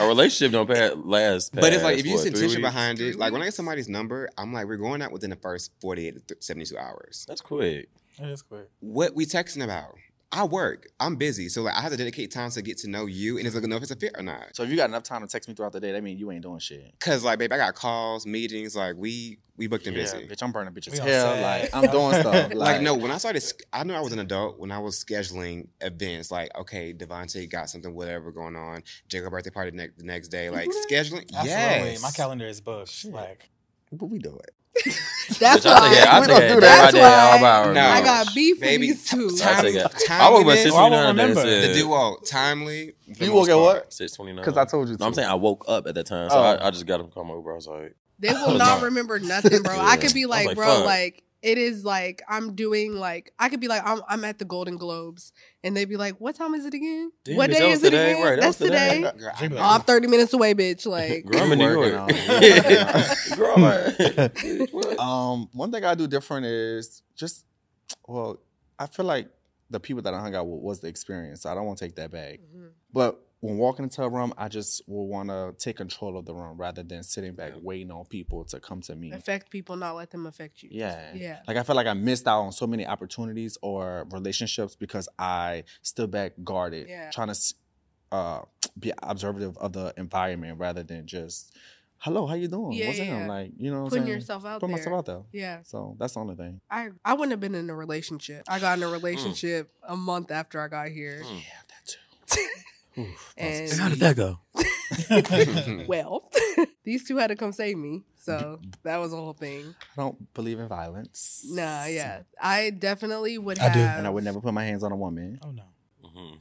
[SPEAKER 7] a relationship don't pa- last.
[SPEAKER 3] but it's like
[SPEAKER 7] past,
[SPEAKER 3] if you
[SPEAKER 7] what,
[SPEAKER 3] use
[SPEAKER 7] three
[SPEAKER 3] intention
[SPEAKER 7] weeks?
[SPEAKER 3] behind
[SPEAKER 8] Three
[SPEAKER 3] it, like when I get
[SPEAKER 8] weeks?
[SPEAKER 3] somebody's number, I'm like, we're going out within the first 48 to th- 72 hours.
[SPEAKER 7] That's quick.
[SPEAKER 6] It is quick.
[SPEAKER 3] What we texting about? I work. I'm busy, so like I have to dedicate time to get to know you, and it's like know if it's a fit or not.
[SPEAKER 4] so if you got enough time to text me throughout the day, that means you ain't doing shit.
[SPEAKER 3] Cause like, babe, I got calls, meetings. Like we we booked and
[SPEAKER 4] Yeah,
[SPEAKER 3] busy.
[SPEAKER 4] bitch, I'm burning bitches
[SPEAKER 6] We on
[SPEAKER 4] hell.
[SPEAKER 6] set.
[SPEAKER 4] Like, I'm doing stuff. Like,
[SPEAKER 3] Like no, when I started, sch- I knew I was an adult when I was scheduling events. Like okay, Devontae got something, whatever going on. Jacob birthday party ne- the next day. Like scheduling,
[SPEAKER 6] Absolutely.
[SPEAKER 3] yes.
[SPEAKER 6] My calendar is booked. Like
[SPEAKER 4] but we do it.
[SPEAKER 8] That's
[SPEAKER 7] Bitch, I take it.
[SPEAKER 8] why
[SPEAKER 7] I
[SPEAKER 4] We
[SPEAKER 7] take
[SPEAKER 4] don't
[SPEAKER 7] it
[SPEAKER 4] do
[SPEAKER 7] day by
[SPEAKER 8] that.
[SPEAKER 7] day,
[SPEAKER 8] That's
[SPEAKER 7] all
[SPEAKER 8] why
[SPEAKER 7] by our
[SPEAKER 3] No.
[SPEAKER 8] I
[SPEAKER 7] own.
[SPEAKER 8] got beef with
[SPEAKER 3] Baby,
[SPEAKER 8] these two.
[SPEAKER 3] t-
[SPEAKER 7] I
[SPEAKER 3] time-
[SPEAKER 7] take it. I woke up at
[SPEAKER 3] timeliness.
[SPEAKER 7] six
[SPEAKER 6] Well, I
[SPEAKER 7] twenty
[SPEAKER 6] won't
[SPEAKER 7] nine.
[SPEAKER 6] remember.
[SPEAKER 3] The duo timely. for the most
[SPEAKER 4] You woke at
[SPEAKER 3] part.
[SPEAKER 4] what?
[SPEAKER 7] Six twenty nine.
[SPEAKER 4] Because I told you.
[SPEAKER 7] No, I'm
[SPEAKER 4] to.
[SPEAKER 7] saying I woke up at that time, so
[SPEAKER 4] Oh.
[SPEAKER 7] I, I just got him call my Uber. I was like,
[SPEAKER 8] They will
[SPEAKER 7] Oh,
[SPEAKER 8] not
[SPEAKER 7] no.
[SPEAKER 8] remember nothing, bro. I could be
[SPEAKER 7] Yeah. I was
[SPEAKER 8] like,
[SPEAKER 7] like,
[SPEAKER 8] bro,
[SPEAKER 7] fuck.
[SPEAKER 8] like it is like I'm doing like I could be like I'm I'm at the Golden Globes and they'd be like, what time is it again?
[SPEAKER 7] Damn,
[SPEAKER 8] what
[SPEAKER 7] bitch, that
[SPEAKER 8] day
[SPEAKER 7] was
[SPEAKER 8] is it
[SPEAKER 7] today.
[SPEAKER 8] again?
[SPEAKER 7] Right, that
[SPEAKER 8] That's
[SPEAKER 7] was today.
[SPEAKER 8] today.
[SPEAKER 3] Girl,
[SPEAKER 6] Jay be
[SPEAKER 8] Oh, I'm
[SPEAKER 6] like,
[SPEAKER 8] 30 minutes away, bitch. Like
[SPEAKER 7] "Girl, I'm in New
[SPEAKER 4] Working
[SPEAKER 7] York."
[SPEAKER 4] on it.
[SPEAKER 7] Girl, I'm like, "Bitch, what?"
[SPEAKER 4] Um, one thing I do different is just, well, I feel like the people that I hung out with was the experience. I don't want to take that back.
[SPEAKER 8] Mhm.
[SPEAKER 4] But when walking into a room, I just will want to take control of the room rather than sitting back waiting on people to come to me.
[SPEAKER 8] affect people, not let them affect you.
[SPEAKER 4] Yeah.
[SPEAKER 8] Yeah.
[SPEAKER 4] Like I feel like I missed out on so many opportunities or relationships because I stood back guarded,
[SPEAKER 8] Yeah.
[SPEAKER 4] trying to uh, be observative of the environment rather than just, hello, how you doing?
[SPEAKER 8] Yeah,
[SPEAKER 4] What's
[SPEAKER 8] yeah,
[SPEAKER 4] up?
[SPEAKER 8] yeah.
[SPEAKER 4] Like, you know what I'm
[SPEAKER 8] Putting
[SPEAKER 4] saying?
[SPEAKER 8] yourself out
[SPEAKER 4] Put
[SPEAKER 8] there.
[SPEAKER 4] myself out there.
[SPEAKER 8] Yeah.
[SPEAKER 4] So that's the only thing.
[SPEAKER 8] I I wouldn't have been in a relationship. I got in a relationship a month after I got here.
[SPEAKER 7] Mm.
[SPEAKER 4] Yeah, that too.
[SPEAKER 8] And
[SPEAKER 7] that go?
[SPEAKER 8] well, these two had to come save me. So that was the whole thing.
[SPEAKER 4] I don't believe in violence.
[SPEAKER 8] Nah, yeah. I definitely would
[SPEAKER 6] I
[SPEAKER 8] have
[SPEAKER 6] do.
[SPEAKER 4] And I would never put my hands on a woman,
[SPEAKER 6] oh no.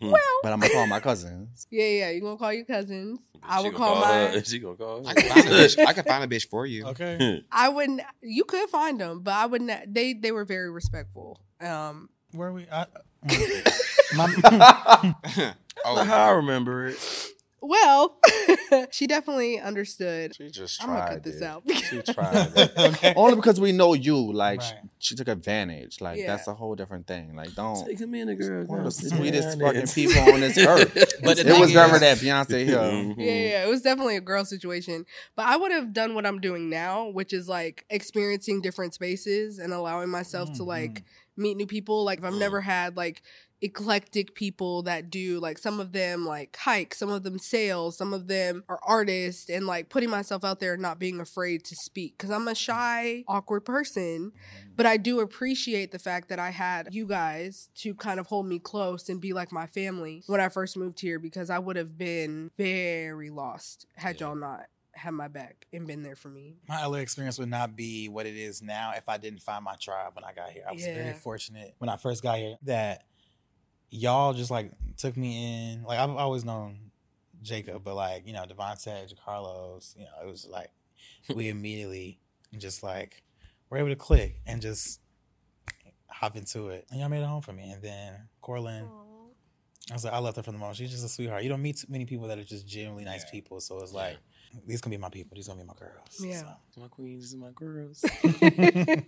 [SPEAKER 4] but I'm gonna call my cousins.
[SPEAKER 8] Yeah, yeah. You're gonna call your cousins. I would call, my
[SPEAKER 7] She gonna call.
[SPEAKER 3] I can find a bitch. I can find a bitch for you.
[SPEAKER 6] Okay.
[SPEAKER 8] I wouldn't you could find them, but I wouldn't they they were very respectful. Um
[SPEAKER 6] Where are we? I, mm. my,
[SPEAKER 3] oh,
[SPEAKER 7] I remember it.
[SPEAKER 8] well she definitely understood.
[SPEAKER 4] She just
[SPEAKER 8] I'm gonna cut this out.
[SPEAKER 4] She tried. it.
[SPEAKER 6] okay. Mm,
[SPEAKER 4] Only because we know you, like she,
[SPEAKER 6] Right.
[SPEAKER 4] she took advantage. Like
[SPEAKER 8] Yeah.
[SPEAKER 4] that's a whole different thing. Like don't
[SPEAKER 7] Take him in, a girl.
[SPEAKER 4] one of
[SPEAKER 7] girl,
[SPEAKER 4] the
[SPEAKER 7] sit down
[SPEAKER 4] sweetest
[SPEAKER 7] there.
[SPEAKER 4] fucking people on this earth.
[SPEAKER 3] But the
[SPEAKER 4] it was
[SPEAKER 3] thing
[SPEAKER 4] never
[SPEAKER 3] is-
[SPEAKER 4] that Beyonce here.
[SPEAKER 5] Mm-hmm.
[SPEAKER 7] Mhm.
[SPEAKER 8] Yeah, yeah, it was definitely a girl situation. But I would have done what I'm doing now, which is like experiencing different spaces and allowing myself
[SPEAKER 6] Mm,
[SPEAKER 8] to like meet new people. Like, if I've
[SPEAKER 7] Mm.
[SPEAKER 8] never had like eclectic people that do like some of them like hike, some of them sail, some of them are artists, and like putting myself out there and not being afraid to speak because I'm a shy, awkward person.
[SPEAKER 6] mm.
[SPEAKER 8] But I do appreciate the fact that I had you guys to kind of hold me close and be like my family when I first moved here because I would have been very lost had y'all not had my back and been there for me.
[SPEAKER 6] My LA experience would not be what it is now if I didn't find my tribe when I got here. I was
[SPEAKER 8] Yeah.
[SPEAKER 6] very fortunate when I first got here that y'all just like took me in. Like I've always known Jacob, but like you know Devontae, Carlos, you know it was like we immediately just like were able to click and just hop into it, and y'all made it home for me. And then Corlin. I was like, I left her from the moment. She's just a sweetheart. You don't meet too many people that are just genuinely nice
[SPEAKER 7] Yeah.
[SPEAKER 6] people. So it's like, these gonna be my people. These gonna be my girls.
[SPEAKER 8] Yeah.
[SPEAKER 6] So.
[SPEAKER 7] My queens, my girls.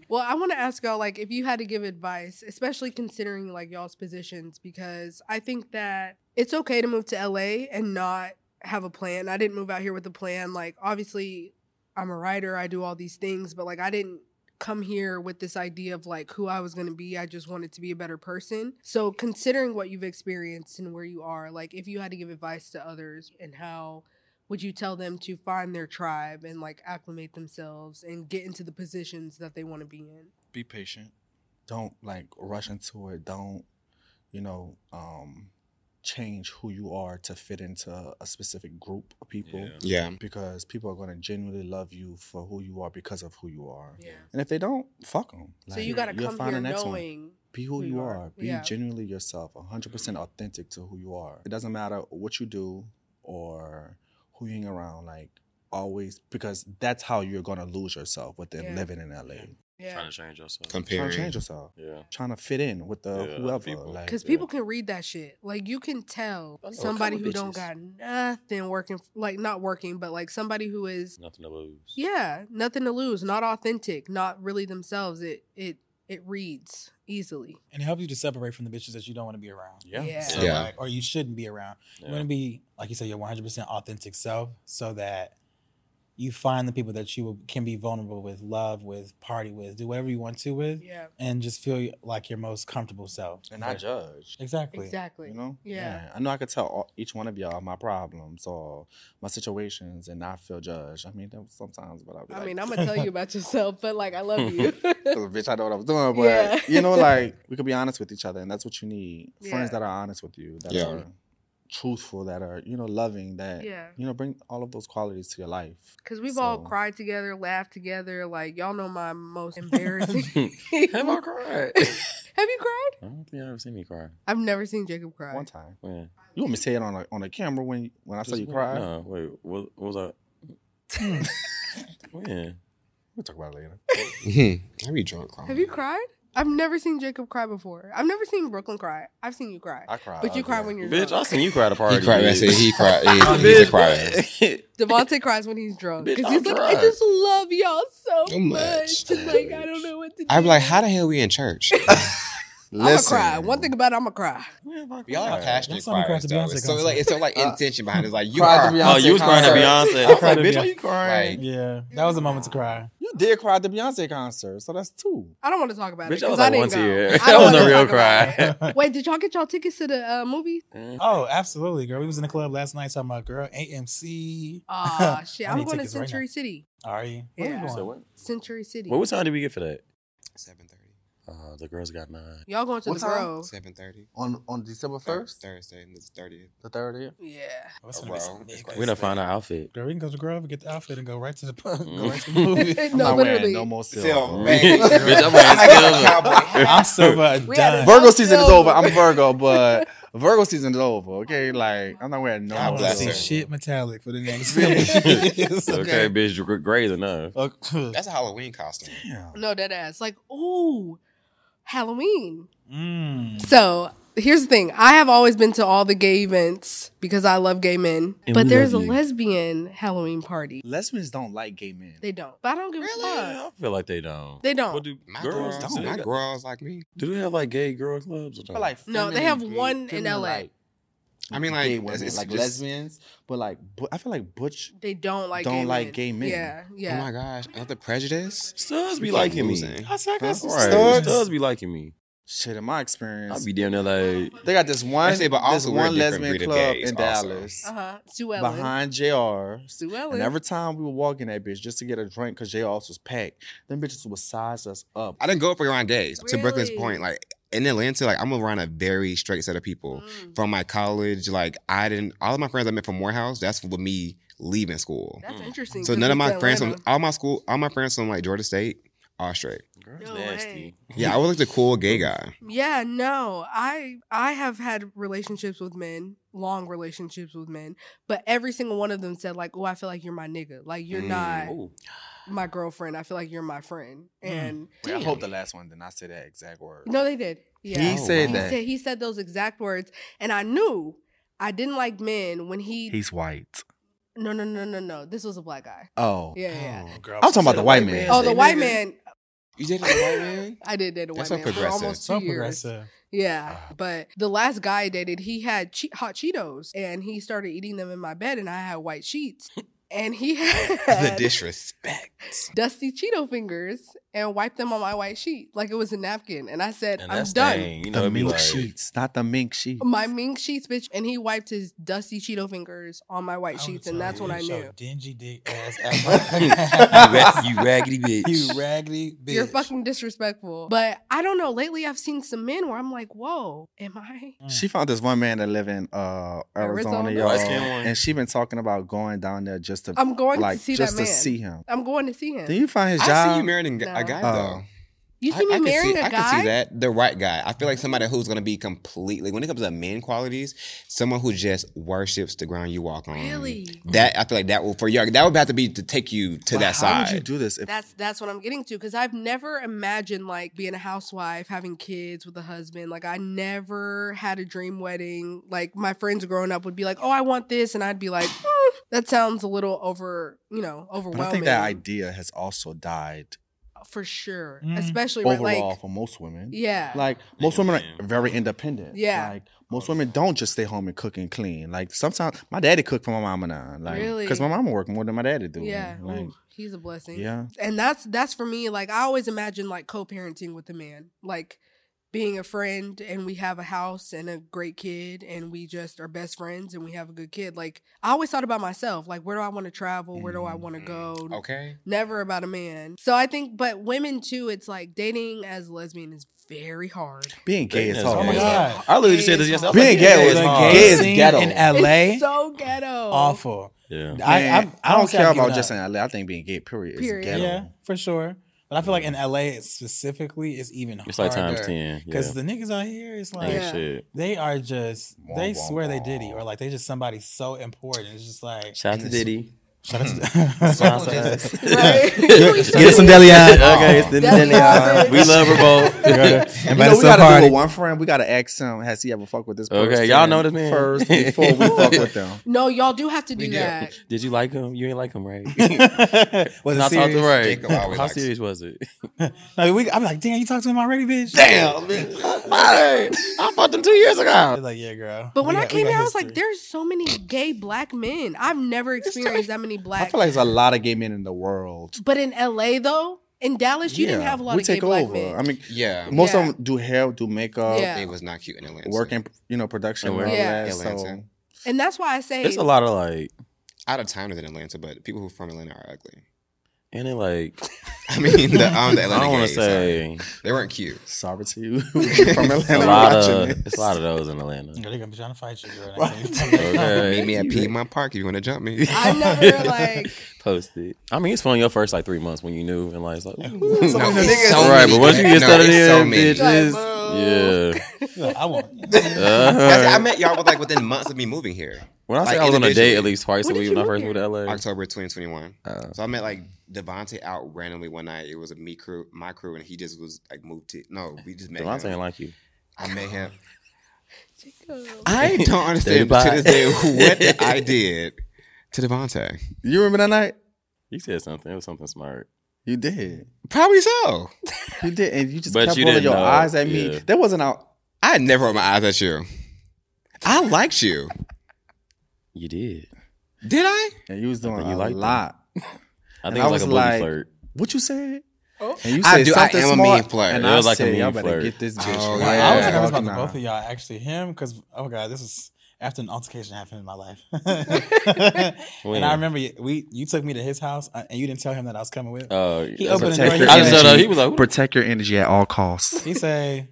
[SPEAKER 8] Well, I want to ask y'all like if you had to give advice, especially considering like y'all's positions, because I think that it's okay to move to LA and not have a plan. I didn't move out here with a plan. Like obviously, I'm a writer. I do all these things, but like I didn't come here with this idea of like who I was going to be. I just wanted to be a better person. So considering what you've experienced and where you are, like if you had to give advice to others and how would you tell them to find their tribe and like acclimate themselves and get into the positions that they want to be in?
[SPEAKER 4] be patient. Don't like rush into it. Don't, you know, um, change who you are to fit into a specific group of people
[SPEAKER 7] Yeah.
[SPEAKER 3] Yeah.
[SPEAKER 4] because people are going to genuinely love you for who you are because of who you are.
[SPEAKER 8] Yeah.
[SPEAKER 4] And if they don't, fuck them.
[SPEAKER 8] so you got to come here knowing.
[SPEAKER 4] Be who, you are. Be
[SPEAKER 8] Yeah.
[SPEAKER 4] genuinely yourself. 100% authentic to who you are. It doesn't matter what you do or who you hang around. Like, always, because that's how you're going to lose yourself within
[SPEAKER 8] Yeah.
[SPEAKER 4] living in LA.
[SPEAKER 8] Yeah.
[SPEAKER 7] Trying to change yourself.
[SPEAKER 3] Um,
[SPEAKER 4] Trying to change
[SPEAKER 3] Comparing.
[SPEAKER 4] yourself
[SPEAKER 7] yeah.
[SPEAKER 4] trying to fit in with the
[SPEAKER 7] Yeah,
[SPEAKER 4] whoever.
[SPEAKER 7] people.
[SPEAKER 4] Like,
[SPEAKER 8] Because people can read that shit. Like you can tell
[SPEAKER 7] I know a
[SPEAKER 8] somebody
[SPEAKER 7] couple
[SPEAKER 8] who don't
[SPEAKER 7] bitches.
[SPEAKER 8] got nothing working, like not working, but like somebody who is
[SPEAKER 7] Nothing to lose.
[SPEAKER 8] yeah, nothing to lose, not authentic, not really themselves. It it it reads easily.
[SPEAKER 6] And it helps you to separate from the bitches that you don't want to be around.
[SPEAKER 7] Yeah.
[SPEAKER 8] Yeah.
[SPEAKER 6] So
[SPEAKER 3] Yeah.
[SPEAKER 6] like, or you shouldn't be around. You want to be, like you said, your 100% authentic self so that you find the people that you will- can be vulnerable with, love with, party with, do whatever you want to with,
[SPEAKER 8] Yeah,
[SPEAKER 6] and just feel like your most comfortable self.
[SPEAKER 4] and I judge.
[SPEAKER 6] Exactly.
[SPEAKER 8] exactly.
[SPEAKER 4] You know,
[SPEAKER 8] Yeah.
[SPEAKER 4] I know I could tell all, each one of y'all my problems or my situations, and not feel judged. I mean, that was sometimes, but I be
[SPEAKER 8] I
[SPEAKER 4] like,
[SPEAKER 8] mean, I'm gonna tell you about yourself, but like I love you.
[SPEAKER 4] bitch, I know what I was doing, but
[SPEAKER 8] Yeah.
[SPEAKER 4] you know, like we could be honest with each other, and that's what you need. Friends
[SPEAKER 8] Yeah.
[SPEAKER 4] that are honest with you, that
[SPEAKER 3] Yeah.
[SPEAKER 4] are truthful, that are you know loving, that
[SPEAKER 8] yeah.
[SPEAKER 4] you know bring all of those qualities to your life.
[SPEAKER 8] Cause we've all
[SPEAKER 4] So-
[SPEAKER 8] cried together, laughed together. Like y'all know my most embarrassing. Have
[SPEAKER 7] Have I cried?
[SPEAKER 8] you cried?
[SPEAKER 7] I don't think I've ever seen me cry.
[SPEAKER 8] I've never seen Jacob cry.
[SPEAKER 4] One time,
[SPEAKER 7] When?
[SPEAKER 4] you want me to say it on a, on a camera when when I saw you cry?
[SPEAKER 7] No, wait. What, what was I? when?
[SPEAKER 4] We'll talk about it later.
[SPEAKER 3] I be drunk. Carl.
[SPEAKER 8] Have you cried? I've never seen Jacob cry before. I've never seen Brooklyn cry. I've seen you cry,
[SPEAKER 4] I cried,
[SPEAKER 8] but you cry
[SPEAKER 4] yeah.
[SPEAKER 8] when you're
[SPEAKER 7] Bitch, I
[SPEAKER 8] drunk.
[SPEAKER 7] seen you cry at a party.
[SPEAKER 3] He cried. I said he cried. Yeah, he
[SPEAKER 7] bitch,
[SPEAKER 3] did cry.
[SPEAKER 8] Devontae cries when he's drunk
[SPEAKER 7] Bitch,
[SPEAKER 8] because
[SPEAKER 7] I'm
[SPEAKER 8] he's like, I
[SPEAKER 7] drunk.
[SPEAKER 8] just love y'all so
[SPEAKER 3] So much.
[SPEAKER 8] much. Like I don't know what to do.
[SPEAKER 3] I'd be like, how the hell we in church?
[SPEAKER 8] I'm gonna cry. One thing about it, I'm gonna cry.
[SPEAKER 3] Y'all are passionate
[SPEAKER 6] That's why we cried
[SPEAKER 3] criers,
[SPEAKER 6] to
[SPEAKER 3] though.
[SPEAKER 6] Beyonce
[SPEAKER 3] It's so
[SPEAKER 6] concert.
[SPEAKER 3] like it's so like intention behind it. It's like you
[SPEAKER 4] Cried to
[SPEAKER 3] are.
[SPEAKER 4] Beyonce
[SPEAKER 7] Oh, you was crying at
[SPEAKER 4] concert.
[SPEAKER 7] Beyonce. I was
[SPEAKER 6] cried
[SPEAKER 7] like,
[SPEAKER 6] at
[SPEAKER 7] bitch,
[SPEAKER 6] Beyonce.
[SPEAKER 7] why you crying?
[SPEAKER 3] Like,
[SPEAKER 6] Yeah. That was a moment to cry.
[SPEAKER 4] You did cry at the Beyonce concert, so that's two.
[SPEAKER 8] I don't want to talk about it
[SPEAKER 7] Bitch, I
[SPEAKER 8] 'cause
[SPEAKER 7] was
[SPEAKER 8] I
[SPEAKER 7] like
[SPEAKER 8] didn't
[SPEAKER 7] one
[SPEAKER 8] go.
[SPEAKER 7] tear.
[SPEAKER 8] I don't
[SPEAKER 7] That was
[SPEAKER 8] wanna
[SPEAKER 7] a real
[SPEAKER 8] talk about it.
[SPEAKER 7] cry.
[SPEAKER 8] Wait, did y'all get y'all tickets to the uh, movie?
[SPEAKER 6] Oh, absolutely, girl. We was in the club last night talking about girl AMC.
[SPEAKER 8] Ah, shit.
[SPEAKER 6] I
[SPEAKER 8] I'm
[SPEAKER 6] need
[SPEAKER 8] going to
[SPEAKER 6] tickets Oh, right now.
[SPEAKER 8] Century City.
[SPEAKER 6] Are you?
[SPEAKER 8] Yeah.
[SPEAKER 6] Where you
[SPEAKER 7] So
[SPEAKER 6] going?
[SPEAKER 7] what?
[SPEAKER 8] Century City.
[SPEAKER 7] What what time did we get for that?
[SPEAKER 3] Seven thirty.
[SPEAKER 7] Uh, the girls got nine.
[SPEAKER 8] Y'all going to
[SPEAKER 4] What
[SPEAKER 8] the
[SPEAKER 4] time?
[SPEAKER 8] Grove?
[SPEAKER 3] Seven thirty.
[SPEAKER 4] On on December first,
[SPEAKER 3] Thursday, and it's thirtieth.
[SPEAKER 4] the thirtieth.
[SPEAKER 8] Yeah.
[SPEAKER 6] What's
[SPEAKER 3] Well,
[SPEAKER 6] gonna be
[SPEAKER 3] it's
[SPEAKER 6] some
[SPEAKER 3] like-
[SPEAKER 7] We done found our outfit.
[SPEAKER 6] Girl, we can go to Grove and get the outfit and go right to the pub. go right to the
[SPEAKER 8] no,
[SPEAKER 6] movie.
[SPEAKER 4] not
[SPEAKER 8] literally.
[SPEAKER 4] wearing no more
[SPEAKER 3] Silver.
[SPEAKER 4] silver.
[SPEAKER 7] bitch, I'm wearing silver.
[SPEAKER 6] I'm silver
[SPEAKER 8] We had a-
[SPEAKER 6] done.
[SPEAKER 4] Virgo season is
[SPEAKER 8] Silver.
[SPEAKER 4] over. I'm Virgo, but Virgo season is over. Okay, like I'm not wearing no
[SPEAKER 6] I
[SPEAKER 3] God
[SPEAKER 4] more
[SPEAKER 6] want to
[SPEAKER 3] bless
[SPEAKER 6] see
[SPEAKER 3] her.
[SPEAKER 4] silver.
[SPEAKER 6] shit metallic for the next film. It's
[SPEAKER 7] okay. bitch, gr- gray's enough.
[SPEAKER 6] Okay.
[SPEAKER 3] That's a Halloween costume.
[SPEAKER 4] Damn.
[SPEAKER 8] No, dead ass. Like, ooh, Halloween.
[SPEAKER 6] Mm.
[SPEAKER 8] So here's the thing. I have always been to all the gay events because I love gay men.
[SPEAKER 7] And
[SPEAKER 8] but
[SPEAKER 7] we
[SPEAKER 8] there's a
[SPEAKER 7] love you.
[SPEAKER 8] lesbian Halloween party.
[SPEAKER 4] Lesbians don't like gay men.
[SPEAKER 8] They don't. But I don't give
[SPEAKER 3] Really?
[SPEAKER 8] a
[SPEAKER 7] Yeah,
[SPEAKER 8] fuck.
[SPEAKER 7] I feel like they don't.
[SPEAKER 8] They don't.
[SPEAKER 7] But do
[SPEAKER 3] My girls,
[SPEAKER 7] girls, do
[SPEAKER 3] don't.
[SPEAKER 7] they
[SPEAKER 3] My
[SPEAKER 7] got-
[SPEAKER 3] girls like me.
[SPEAKER 7] Do they have like gay girl clubs? Or no?
[SPEAKER 4] But like
[SPEAKER 8] No, they
[SPEAKER 4] feminine-
[SPEAKER 8] have one in
[SPEAKER 4] feminine,
[SPEAKER 8] LA.
[SPEAKER 4] like,
[SPEAKER 3] I mean, like,
[SPEAKER 4] gay
[SPEAKER 3] it's-
[SPEAKER 4] women,
[SPEAKER 3] it's
[SPEAKER 4] like
[SPEAKER 3] just-
[SPEAKER 4] lesbians, but like bu- I feel like butch.
[SPEAKER 8] They don't like
[SPEAKER 4] Don't
[SPEAKER 8] gay
[SPEAKER 4] like
[SPEAKER 8] men.
[SPEAKER 4] gay men.
[SPEAKER 8] Yeah,
[SPEAKER 3] Oh
[SPEAKER 8] yeah.
[SPEAKER 3] my gosh, not the prejudice.
[SPEAKER 7] studs be
[SPEAKER 3] You
[SPEAKER 7] liking me.
[SPEAKER 3] losing.
[SPEAKER 6] I said I got some
[SPEAKER 7] All right,
[SPEAKER 6] studs.
[SPEAKER 7] studs be liking me.
[SPEAKER 4] Shit, in my
[SPEAKER 7] I
[SPEAKER 4] experience,
[SPEAKER 7] be damn near like
[SPEAKER 4] they got this one,
[SPEAKER 3] I say, but
[SPEAKER 4] this
[SPEAKER 3] also we're a
[SPEAKER 4] one
[SPEAKER 3] different
[SPEAKER 4] lesbian
[SPEAKER 3] breed of
[SPEAKER 4] club
[SPEAKER 3] gays
[SPEAKER 4] in
[SPEAKER 3] also.
[SPEAKER 4] Dallas
[SPEAKER 8] Uh huh. Sue Ellen.
[SPEAKER 4] behind Jr.
[SPEAKER 8] Sue Ellen. Mm.
[SPEAKER 4] And every time we would walk in that bitch just to get a drink, cause JR's was packed, them bitches would size us up.
[SPEAKER 3] I didn't go up around gays. To Brooklyn's
[SPEAKER 8] Really?
[SPEAKER 3] point, like in Atlanta, like I'm around a very straight set of people
[SPEAKER 8] Mm.
[SPEAKER 3] from my college. Like I didn't. All of my friends I met from Morehouse. That's with me leaving school.
[SPEAKER 8] That's interesting.
[SPEAKER 3] So
[SPEAKER 8] 'cause
[SPEAKER 3] none of
[SPEAKER 8] it's
[SPEAKER 3] my friends from
[SPEAKER 8] Atlanta.
[SPEAKER 3] all my school, all my friends from like Georgia State are straight.
[SPEAKER 7] Girl's
[SPEAKER 8] No way.
[SPEAKER 7] nasty.
[SPEAKER 3] Yeah, I was like the cool gay guy.
[SPEAKER 8] Yeah, no. I I have had relationships with men, long relationships with men, but every single one of them said like, "Oh, I feel like you're my nigga. Like you're
[SPEAKER 3] Mm.
[SPEAKER 8] not
[SPEAKER 7] Oh,
[SPEAKER 8] my girlfriend. I feel like you're my friend."
[SPEAKER 6] Mm.
[SPEAKER 8] And
[SPEAKER 4] Wait, I hope the last one did not say that exact word.
[SPEAKER 8] no, they did. Yeah.
[SPEAKER 4] He
[SPEAKER 3] Oh,
[SPEAKER 4] said
[SPEAKER 8] He
[SPEAKER 3] wow.
[SPEAKER 4] that.
[SPEAKER 8] said he said those exact words, and I knew I didn't like men when he.
[SPEAKER 4] He's white.
[SPEAKER 8] no, no, no, no, no. This was a black guy.
[SPEAKER 4] Oh.
[SPEAKER 8] Yeah, yeah. yeah.
[SPEAKER 6] Oh, girl,
[SPEAKER 4] I'm talking about
[SPEAKER 7] Said
[SPEAKER 4] the
[SPEAKER 7] a
[SPEAKER 4] white
[SPEAKER 7] white
[SPEAKER 4] man.
[SPEAKER 7] man.
[SPEAKER 8] Oh, the
[SPEAKER 7] Say
[SPEAKER 8] white
[SPEAKER 7] nigga.
[SPEAKER 8] man.
[SPEAKER 3] You dated a white man?
[SPEAKER 8] I did date a white
[SPEAKER 3] That's so
[SPEAKER 8] man for
[SPEAKER 3] progressive.
[SPEAKER 8] almost two
[SPEAKER 6] so
[SPEAKER 8] years.
[SPEAKER 6] progressive.
[SPEAKER 8] Yeah,
[SPEAKER 4] Ah.
[SPEAKER 8] but the last guy I dated, he had che- hot Cheetos, and he started eating them in my bed, and I had white sheets, and he
[SPEAKER 3] The
[SPEAKER 8] had
[SPEAKER 3] disrespect.
[SPEAKER 8] dusty Cheeto fingers, and wiped them on my white sheet like it was a napkin, and I said,
[SPEAKER 7] and
[SPEAKER 8] "I'm
[SPEAKER 7] that's
[SPEAKER 8] done."
[SPEAKER 7] dang. You know,
[SPEAKER 4] The
[SPEAKER 7] it'd be
[SPEAKER 4] mink
[SPEAKER 7] like,
[SPEAKER 4] sheets, not the mink sheets.
[SPEAKER 8] My mink sheets, bitch, and he wiped his dusty Cheeto fingers on my white
[SPEAKER 6] I
[SPEAKER 8] sheets,
[SPEAKER 6] would
[SPEAKER 8] and
[SPEAKER 6] tell
[SPEAKER 8] that's
[SPEAKER 6] you to
[SPEAKER 8] when I
[SPEAKER 6] show
[SPEAKER 8] knew
[SPEAKER 6] Dingy dick ass
[SPEAKER 7] you, ra-
[SPEAKER 6] out.
[SPEAKER 7] you raggedy bitch.
[SPEAKER 6] you raggedy bitch.
[SPEAKER 8] you're fucking disrespectful. But I don't know. Lately, I've seen some men where I'm like, "Whoa, am I?"
[SPEAKER 4] She found this one man that live in uh, Arizona,
[SPEAKER 8] Arizona?
[SPEAKER 4] y'all,
[SPEAKER 7] Light-skinned one.
[SPEAKER 4] and she been talking about going down there just to
[SPEAKER 8] I'm going
[SPEAKER 4] like
[SPEAKER 8] to see
[SPEAKER 4] just
[SPEAKER 8] that man.
[SPEAKER 4] to see him.
[SPEAKER 8] I'm going to see him.
[SPEAKER 4] Then you find his
[SPEAKER 3] I
[SPEAKER 4] job.
[SPEAKER 3] see you marrying a
[SPEAKER 8] No.
[SPEAKER 3] guy
[SPEAKER 4] Oh.
[SPEAKER 3] though.
[SPEAKER 8] you see
[SPEAKER 3] I-
[SPEAKER 8] me
[SPEAKER 3] I can
[SPEAKER 8] marrying
[SPEAKER 3] see,
[SPEAKER 8] a
[SPEAKER 3] I
[SPEAKER 8] guy?
[SPEAKER 3] can see that the right guy. I feel like somebody who's gonna be completely when it comes to men qualities, someone who just worships the ground you walk on.
[SPEAKER 8] Really?
[SPEAKER 3] That I feel like that will for you. That would have to be to take you to
[SPEAKER 4] But
[SPEAKER 3] that
[SPEAKER 4] how
[SPEAKER 3] side.
[SPEAKER 4] would you do this? If,
[SPEAKER 8] That's that's what I'm getting to because I've never imagined like being a housewife, having kids with a husband. Like I never had a dream wedding. Like my friends growing up would be like, "Oh, I want this," and I'd be like, "Mm, "That sounds a little over, you know,
[SPEAKER 4] but
[SPEAKER 8] overwhelming." Uh,
[SPEAKER 4] I think that idea has also died
[SPEAKER 8] for sure,
[SPEAKER 6] Mm.
[SPEAKER 8] especially right,
[SPEAKER 4] overall
[SPEAKER 8] like
[SPEAKER 4] for most women.
[SPEAKER 8] yeah,
[SPEAKER 4] Like most
[SPEAKER 7] Nigga,
[SPEAKER 4] women are
[SPEAKER 7] man.
[SPEAKER 4] very independent.
[SPEAKER 8] Yeah.
[SPEAKER 4] Like most women don't just stay home and cook and clean. Like sometimes my daddy cooked for my mama now. Like
[SPEAKER 8] Really?
[SPEAKER 4] because my mama worked more than my daddy do.
[SPEAKER 8] yeah.
[SPEAKER 4] Like,
[SPEAKER 8] Ooh, he's a blessing.
[SPEAKER 4] yeah.
[SPEAKER 8] and that's that's for me like i always imagine like co-parenting with a man like being a friend and we have a house and a great kid and we just are best friends and we have a good kid like i always thought about myself like where do i want to travel where do i want to go
[SPEAKER 3] Okay.
[SPEAKER 8] never about a man so i think but women too it's like dating as a lesbian is very hard
[SPEAKER 4] Being gay is
[SPEAKER 7] That's
[SPEAKER 4] hard.
[SPEAKER 6] Oh my
[SPEAKER 7] gay.
[SPEAKER 6] God.
[SPEAKER 7] I literally said this
[SPEAKER 8] Gay is
[SPEAKER 7] yesterday. I
[SPEAKER 4] Being
[SPEAKER 7] was like,
[SPEAKER 4] gay
[SPEAKER 7] yeah,
[SPEAKER 4] was
[SPEAKER 7] it's
[SPEAKER 6] the
[SPEAKER 7] hard.
[SPEAKER 6] gay
[SPEAKER 4] Gay is
[SPEAKER 6] scene
[SPEAKER 4] ghetto.
[SPEAKER 6] in LA.
[SPEAKER 8] it's so ghetto
[SPEAKER 6] awful.
[SPEAKER 7] Yeah.
[SPEAKER 6] I, I, I,
[SPEAKER 4] Man, I, don't
[SPEAKER 6] say
[SPEAKER 4] care
[SPEAKER 6] give
[SPEAKER 4] about
[SPEAKER 6] it
[SPEAKER 4] just
[SPEAKER 6] up.
[SPEAKER 4] in LA. I think being gay, period,
[SPEAKER 8] Period.
[SPEAKER 4] is ghetto.
[SPEAKER 6] Yeah, for sure. But I feel like in LA specifically, it's even
[SPEAKER 7] It's like times
[SPEAKER 6] harder.
[SPEAKER 7] 10. Yeah.
[SPEAKER 6] Because the niggas out here, it's like
[SPEAKER 7] Ain't
[SPEAKER 8] Yeah.
[SPEAKER 7] shit.
[SPEAKER 6] they are just
[SPEAKER 4] Wah,
[SPEAKER 6] they
[SPEAKER 4] wah,
[SPEAKER 6] swear they
[SPEAKER 4] wah.
[SPEAKER 6] diddy or like they just somebody so important. It's just like
[SPEAKER 7] Shout out to Diddy.
[SPEAKER 6] shout out to-
[SPEAKER 7] Sponsor us.
[SPEAKER 8] Right?
[SPEAKER 4] Get us some deli eyes. Okay, it's the
[SPEAKER 8] That's
[SPEAKER 4] deli
[SPEAKER 8] not
[SPEAKER 4] eyes.
[SPEAKER 8] it.
[SPEAKER 7] We love her both.
[SPEAKER 4] You
[SPEAKER 6] Invite
[SPEAKER 4] know,
[SPEAKER 6] us to
[SPEAKER 4] we
[SPEAKER 6] a
[SPEAKER 4] gotta do
[SPEAKER 6] party.
[SPEAKER 4] it one friend. We gotta ask him, has he ever fucked with this person?
[SPEAKER 7] Okay, y'all know this man.
[SPEAKER 4] first before we fuck with them.
[SPEAKER 8] no y'all do have to do
[SPEAKER 3] We do.
[SPEAKER 8] that
[SPEAKER 7] Did you like him? You ain't like him, right?
[SPEAKER 6] was it
[SPEAKER 7] Not talking
[SPEAKER 6] serious?
[SPEAKER 7] right.
[SPEAKER 3] Jacob always
[SPEAKER 7] How
[SPEAKER 3] likes-
[SPEAKER 7] serious was it?
[SPEAKER 6] No, we, I'm like, damn, you talked to him already, bitch.
[SPEAKER 7] Damn, I fucked him two years
[SPEAKER 6] They're
[SPEAKER 7] ago.
[SPEAKER 6] like, yeah, girl.
[SPEAKER 8] But when
[SPEAKER 6] We
[SPEAKER 8] I
[SPEAKER 6] got- we
[SPEAKER 8] came
[SPEAKER 6] got
[SPEAKER 8] here, I was
[SPEAKER 6] history.
[SPEAKER 8] like, there's so many gay black men. I've never experienced that many
[SPEAKER 4] I
[SPEAKER 8] black.
[SPEAKER 4] feel like there's a lot of gay men in the world.
[SPEAKER 8] but in LA though, in Dallas, you didn't have a lot
[SPEAKER 4] we
[SPEAKER 8] of
[SPEAKER 4] take
[SPEAKER 8] gay black
[SPEAKER 4] over.
[SPEAKER 8] men.
[SPEAKER 4] I mean,
[SPEAKER 3] Yeah.
[SPEAKER 4] most
[SPEAKER 8] Yeah.
[SPEAKER 4] of them do hair, do makeup,
[SPEAKER 8] Yeah.
[SPEAKER 3] It was not cute in Atlanta.
[SPEAKER 4] work in you know production.
[SPEAKER 7] And
[SPEAKER 4] and
[SPEAKER 7] work.
[SPEAKER 4] all
[SPEAKER 8] Yeah.
[SPEAKER 4] that, so
[SPEAKER 3] Atlanta.
[SPEAKER 8] and that's why I say
[SPEAKER 7] There's a lot of like,
[SPEAKER 3] out of town is in Atlanta, but people who are from Atlanta are ugly.
[SPEAKER 7] and it like,
[SPEAKER 3] I mean the on the
[SPEAKER 7] I
[SPEAKER 3] Atlanta
[SPEAKER 7] don't want
[SPEAKER 3] gays,
[SPEAKER 7] to
[SPEAKER 3] sorry.
[SPEAKER 7] say
[SPEAKER 3] they weren't cute.
[SPEAKER 4] sorry to you from
[SPEAKER 7] a
[SPEAKER 4] Atlanta
[SPEAKER 7] lot of.
[SPEAKER 4] watching this.
[SPEAKER 7] It's a lot of those in Atlanta.
[SPEAKER 6] Girl, they're gonna be trying to fight you, girl.
[SPEAKER 7] Okay.
[SPEAKER 3] Meet me at Piedmont Park if you want to jump me.
[SPEAKER 8] I never like
[SPEAKER 7] Posted. I mean, it's fun your first like three months when you knew, and like, it's like,
[SPEAKER 6] Ooh, so
[SPEAKER 3] No,
[SPEAKER 6] many
[SPEAKER 3] it's
[SPEAKER 6] niggas.
[SPEAKER 3] so
[SPEAKER 7] all right,
[SPEAKER 3] many
[SPEAKER 7] but once you
[SPEAKER 3] bad-
[SPEAKER 7] get
[SPEAKER 3] no,
[SPEAKER 7] started
[SPEAKER 3] it's
[SPEAKER 7] in,
[SPEAKER 3] so many.
[SPEAKER 7] bitches,
[SPEAKER 8] Like,
[SPEAKER 6] I won't.
[SPEAKER 7] yeah. Uh-huh.
[SPEAKER 3] I, I met y'all with like within months of me moving here,
[SPEAKER 7] When I say
[SPEAKER 3] Like,
[SPEAKER 7] I was on a
[SPEAKER 3] individually.
[SPEAKER 7] date at least twice
[SPEAKER 8] When
[SPEAKER 7] a
[SPEAKER 8] did
[SPEAKER 7] week
[SPEAKER 8] you
[SPEAKER 7] when I
[SPEAKER 8] move
[SPEAKER 7] first moved
[SPEAKER 8] here?
[SPEAKER 7] to LA.
[SPEAKER 3] October 2021.
[SPEAKER 7] Uh,
[SPEAKER 3] So I met like Devonte out randomly one night. It was a me crew, my crew, and he just was like moved to. No, we just met
[SPEAKER 7] Devontae
[SPEAKER 3] him.
[SPEAKER 7] ain't like you.
[SPEAKER 3] I met him.
[SPEAKER 8] Jacob.
[SPEAKER 3] I don't understand
[SPEAKER 7] Dirty
[SPEAKER 3] to this day
[SPEAKER 7] bot.
[SPEAKER 3] what I did to Devonte.
[SPEAKER 4] You remember that night?
[SPEAKER 7] You said something. It was something smart.
[SPEAKER 4] You did.
[SPEAKER 3] Probably so.
[SPEAKER 4] You did, and you just
[SPEAKER 7] But
[SPEAKER 4] kept
[SPEAKER 7] you
[SPEAKER 4] rolling
[SPEAKER 7] didn't
[SPEAKER 4] your
[SPEAKER 7] know.
[SPEAKER 4] eyes at me.
[SPEAKER 7] Yeah.
[SPEAKER 4] That wasn't our.
[SPEAKER 3] I never rolled my eyes at you. I liked you.
[SPEAKER 7] You did.
[SPEAKER 3] Did I?
[SPEAKER 4] And you was doing
[SPEAKER 7] think you
[SPEAKER 4] a
[SPEAKER 7] liked them.
[SPEAKER 4] lot.
[SPEAKER 7] I
[SPEAKER 4] And
[SPEAKER 7] think
[SPEAKER 4] I
[SPEAKER 7] it was
[SPEAKER 4] was
[SPEAKER 7] like a
[SPEAKER 4] like-
[SPEAKER 7] booty flirt.
[SPEAKER 4] What you said?
[SPEAKER 8] Oh.
[SPEAKER 4] And you
[SPEAKER 3] I
[SPEAKER 4] said
[SPEAKER 3] do- I
[SPEAKER 4] something
[SPEAKER 3] am a
[SPEAKER 4] smart,
[SPEAKER 3] mean flirt.
[SPEAKER 4] And
[SPEAKER 7] It
[SPEAKER 4] I
[SPEAKER 7] was like a
[SPEAKER 4] said,
[SPEAKER 7] mean
[SPEAKER 4] y'all better
[SPEAKER 7] flirt.
[SPEAKER 4] get this bitch.
[SPEAKER 3] Oh,
[SPEAKER 4] right
[SPEAKER 3] yeah.
[SPEAKER 6] I was nervous
[SPEAKER 4] fucking
[SPEAKER 6] about the both
[SPEAKER 4] now.
[SPEAKER 6] of y'all, actually. Him, because, oh God, this is after an altercation happened in my life. and I remember you- we you took me to his house uh, and you didn't tell him that I was coming with.
[SPEAKER 7] Oh,
[SPEAKER 6] He
[SPEAKER 7] that's
[SPEAKER 6] opened the
[SPEAKER 7] a
[SPEAKER 6] door,
[SPEAKER 7] text.
[SPEAKER 6] he
[SPEAKER 7] I
[SPEAKER 6] said-
[SPEAKER 7] shut up. He was like, "Who the
[SPEAKER 4] Protect your energy at all costs.
[SPEAKER 6] He say,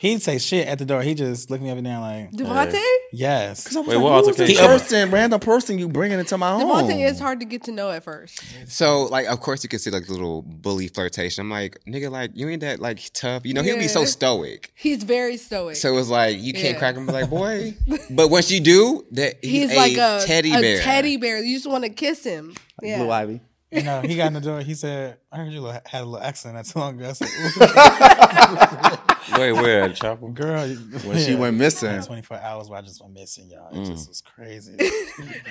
[SPEAKER 6] He'd say shit at the door. He just looked me up and down like,
[SPEAKER 5] Devontae?
[SPEAKER 6] yes.
[SPEAKER 4] I was
[SPEAKER 7] Wait,
[SPEAKER 4] like,
[SPEAKER 7] what
[SPEAKER 4] who's
[SPEAKER 7] altercation?
[SPEAKER 4] this person, random person you bringing into my home?
[SPEAKER 5] Devontae is hard to get to know at first.
[SPEAKER 3] So like, of course you can see like the little bully flirtation. I'm like, nigga, like you ain't that like tough. You know, he'll be so
[SPEAKER 5] Yeah.
[SPEAKER 3] stoic.
[SPEAKER 5] He's very stoic.
[SPEAKER 3] So it's like you can't
[SPEAKER 5] Yeah.
[SPEAKER 3] crack him. Be like, boy. but once you do, that he's,
[SPEAKER 5] he's, like
[SPEAKER 3] a,
[SPEAKER 5] a
[SPEAKER 3] teddy bear.
[SPEAKER 5] A teddy bear. You just want to kiss him. Yeah.
[SPEAKER 4] Blue Ivy.
[SPEAKER 6] You know, he got in the door. He said, I heard you li- had a little accent not too long ago. I said,
[SPEAKER 7] Wait, where? at the Chapel?
[SPEAKER 6] "Ooh, girl. you-
[SPEAKER 4] When she
[SPEAKER 6] yeah."
[SPEAKER 4] went missing,
[SPEAKER 6] 24 hours where I just went missing, y'all. It just was crazy.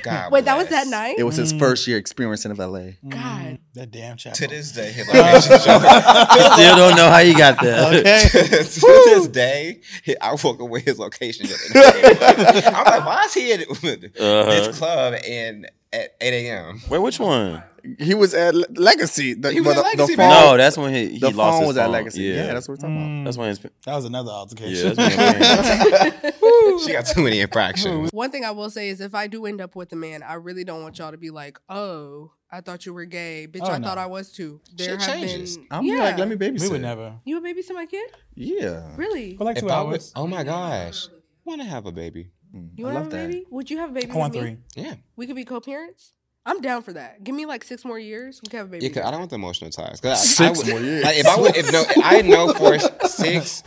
[SPEAKER 3] God
[SPEAKER 5] Wait, that was that
[SPEAKER 3] bless.
[SPEAKER 5] night?
[SPEAKER 4] it was his first year experiencing of LA.
[SPEAKER 5] God.
[SPEAKER 6] that damn child.
[SPEAKER 3] To this day, his location.
[SPEAKER 7] Still don't know how you got there.
[SPEAKER 6] Okay.
[SPEAKER 3] to this day, he- I walk away his location. just- I'm like, why is he at
[SPEAKER 7] Uh-huh.
[SPEAKER 3] this club in at 8 a.m.?
[SPEAKER 7] Wait, which one?
[SPEAKER 4] He was at Le- Legacy. The,
[SPEAKER 3] He was
[SPEAKER 4] but
[SPEAKER 3] at
[SPEAKER 4] the- the
[SPEAKER 3] Legacy,
[SPEAKER 4] phone-
[SPEAKER 3] man.
[SPEAKER 7] No, that's when he, he
[SPEAKER 4] the
[SPEAKER 7] lost
[SPEAKER 4] phone
[SPEAKER 7] his
[SPEAKER 4] was
[SPEAKER 7] phone.
[SPEAKER 4] at Legacy. Yeah. that's what we're talking
[SPEAKER 6] Mm,
[SPEAKER 7] that's when his.
[SPEAKER 6] that was another
[SPEAKER 7] Yeah,
[SPEAKER 6] altercation.
[SPEAKER 7] that's when his
[SPEAKER 3] She got too many infractions.
[SPEAKER 5] One thing I will say is if I do end up with a man, I really don't want y'all to be like, oh, I thought you were gay. Bitch,
[SPEAKER 6] Oh,
[SPEAKER 5] I
[SPEAKER 6] no.
[SPEAKER 5] thought I was too. There
[SPEAKER 3] Shit
[SPEAKER 5] have
[SPEAKER 3] changes.
[SPEAKER 5] been.
[SPEAKER 4] about. I'm
[SPEAKER 5] yeah.
[SPEAKER 4] like, let me babysit.
[SPEAKER 6] we would never.
[SPEAKER 5] You Mm. would babysit my kid?
[SPEAKER 4] Yeah.
[SPEAKER 5] Really?
[SPEAKER 6] For like
[SPEAKER 3] If
[SPEAKER 6] two
[SPEAKER 3] I
[SPEAKER 6] hours.
[SPEAKER 3] would- oh my gosh. Want to have a baby.
[SPEAKER 5] You
[SPEAKER 4] I
[SPEAKER 5] want to have
[SPEAKER 4] love
[SPEAKER 5] a
[SPEAKER 4] that.
[SPEAKER 5] baby? Would you have a baby?
[SPEAKER 6] I want
[SPEAKER 5] with me?
[SPEAKER 6] three.
[SPEAKER 3] Yeah.
[SPEAKER 5] We could be co-parents. I'm down for that. Give me like six more years. We could have a baby.
[SPEAKER 3] Yeah, 'cause I don't want the emotional ties. 'Cause I- I
[SPEAKER 4] Six
[SPEAKER 3] would-
[SPEAKER 4] more years.
[SPEAKER 3] Like, if I would, if no, I know for six.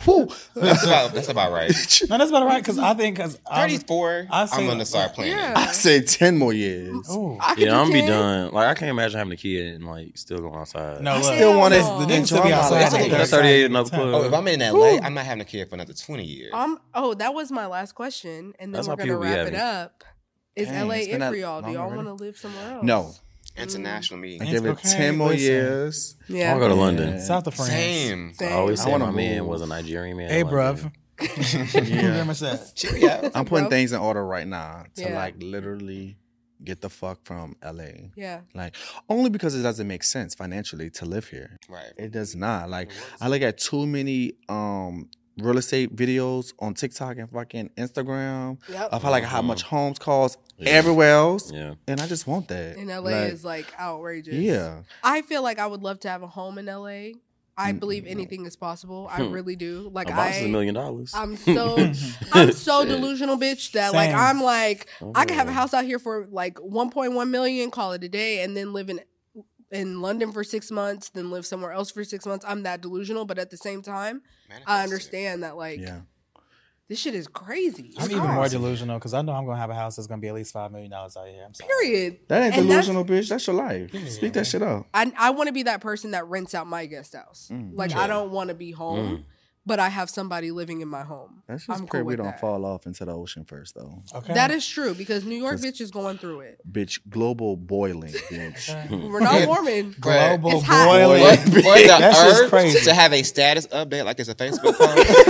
[SPEAKER 3] That's about, that's about right.
[SPEAKER 6] No, that's about right. Because I think, um, because I'm,
[SPEAKER 3] 34,
[SPEAKER 6] I
[SPEAKER 3] I'm
[SPEAKER 6] say-
[SPEAKER 3] going to start planning.
[SPEAKER 5] Yeah.
[SPEAKER 4] I said 10 more years.
[SPEAKER 6] ooh,
[SPEAKER 5] I could
[SPEAKER 7] yeah, I'm be
[SPEAKER 5] 10.
[SPEAKER 7] done. Like I can't imagine having a kid and like still going outside.
[SPEAKER 6] no,
[SPEAKER 5] I
[SPEAKER 6] look,
[SPEAKER 5] still want
[SPEAKER 4] wanna
[SPEAKER 5] to-
[SPEAKER 6] the niggas to
[SPEAKER 4] enjoy
[SPEAKER 6] be
[SPEAKER 4] my
[SPEAKER 6] outside.
[SPEAKER 4] life.
[SPEAKER 6] like
[SPEAKER 7] That's 38 another
[SPEAKER 6] time.
[SPEAKER 7] club.
[SPEAKER 3] Oh, if I'm in LA, I'm not having a kid for another 20 years.
[SPEAKER 5] Um. Oh, that was my last question, and then
[SPEAKER 7] That's
[SPEAKER 5] we're
[SPEAKER 7] how
[SPEAKER 5] gonna
[SPEAKER 7] people be
[SPEAKER 5] wrap it
[SPEAKER 7] having it.
[SPEAKER 5] up. Is
[SPEAKER 4] Dang,
[SPEAKER 5] LA
[SPEAKER 4] it's
[SPEAKER 5] it
[SPEAKER 4] been
[SPEAKER 5] for
[SPEAKER 4] that
[SPEAKER 5] y'all? Do
[SPEAKER 4] long
[SPEAKER 5] y'all
[SPEAKER 4] already?
[SPEAKER 5] want to live somewhere else?
[SPEAKER 4] No.
[SPEAKER 3] International
[SPEAKER 4] I
[SPEAKER 3] meeting.
[SPEAKER 6] It's
[SPEAKER 4] give it
[SPEAKER 6] okay,
[SPEAKER 4] 10 more
[SPEAKER 6] listen.
[SPEAKER 4] years.
[SPEAKER 7] I
[SPEAKER 5] Yeah.
[SPEAKER 7] want to go to
[SPEAKER 4] Yeah.
[SPEAKER 7] London.
[SPEAKER 6] South of France.
[SPEAKER 3] Same.
[SPEAKER 7] I
[SPEAKER 5] Same.
[SPEAKER 7] always
[SPEAKER 4] I
[SPEAKER 7] say
[SPEAKER 4] wanna
[SPEAKER 7] my man
[SPEAKER 4] move.
[SPEAKER 7] was a Nigerian man.
[SPEAKER 6] Hey,
[SPEAKER 7] I wanna
[SPEAKER 6] bruv.
[SPEAKER 7] do.
[SPEAKER 6] Very
[SPEAKER 4] Yeah.
[SPEAKER 6] much that.
[SPEAKER 3] Cheerio.
[SPEAKER 4] I'm
[SPEAKER 5] Bro.
[SPEAKER 4] putting things in order right now to
[SPEAKER 5] Yeah.
[SPEAKER 4] like literally get the fuck from LA.
[SPEAKER 5] Yeah.
[SPEAKER 4] Like only because it doesn't make sense financially to live here.
[SPEAKER 3] Right.
[SPEAKER 4] It does not. Like I look at too many um real estate videos on TikTok and fucking Instagram
[SPEAKER 5] Yep.
[SPEAKER 4] of how like how
[SPEAKER 7] Mhm.
[SPEAKER 4] much homes cost
[SPEAKER 7] Yeah.
[SPEAKER 4] everywhere else.
[SPEAKER 7] Yeah.
[SPEAKER 4] And I just want that.
[SPEAKER 5] And LA is like outrageous.
[SPEAKER 4] Yeah.
[SPEAKER 5] I feel like I would love to have a home in LA. I believe
[SPEAKER 4] Mm.
[SPEAKER 5] anything is possible. I
[SPEAKER 7] Hmm.
[SPEAKER 5] really do. Like
[SPEAKER 7] a box is a
[SPEAKER 5] I,
[SPEAKER 7] million dollars.
[SPEAKER 5] I'm so, I'm so
[SPEAKER 7] Shit.
[SPEAKER 5] delusional, bitch. That like
[SPEAKER 6] Same.
[SPEAKER 5] I'm like I could have a
[SPEAKER 7] Oh.
[SPEAKER 5] house out here for like 1.1 million, call it a day, and then live in in London for six months, then live somewhere else for six months. I'm that delusional, but at the same time, I understand that like
[SPEAKER 4] Yeah.
[SPEAKER 5] this shit is crazy.
[SPEAKER 6] I'm
[SPEAKER 5] It's
[SPEAKER 6] even more
[SPEAKER 5] hard.
[SPEAKER 6] delusional because I know I'm gonna have a house that's gonna be at least five million dollars out here. I'm sorry.
[SPEAKER 5] Period.
[SPEAKER 4] That ain't
[SPEAKER 5] And that's-
[SPEAKER 4] delusional, bitch. That's your life. Speak that shit up.
[SPEAKER 5] I I want to be that person that rents out my guest house.
[SPEAKER 4] Mm.
[SPEAKER 5] Like
[SPEAKER 3] Yeah.
[SPEAKER 5] I don't want to be home,
[SPEAKER 6] Mm.
[SPEAKER 5] but I have somebody living in my home.
[SPEAKER 4] That's
[SPEAKER 5] I'm
[SPEAKER 4] just
[SPEAKER 5] cool
[SPEAKER 4] pray we
[SPEAKER 5] with
[SPEAKER 4] don't
[SPEAKER 5] that.
[SPEAKER 4] fall off into the ocean first though.
[SPEAKER 6] Okay.
[SPEAKER 5] That is true because New York
[SPEAKER 4] 'Cause-
[SPEAKER 5] bitch is going through it.
[SPEAKER 4] Bitch, global boiling, bitch.
[SPEAKER 5] We're not warming.
[SPEAKER 6] global
[SPEAKER 5] It's hot.
[SPEAKER 6] boiling.
[SPEAKER 3] What, what the
[SPEAKER 6] That's just
[SPEAKER 3] earth
[SPEAKER 6] crazy.
[SPEAKER 3] to have a status update like it's a Facebook post?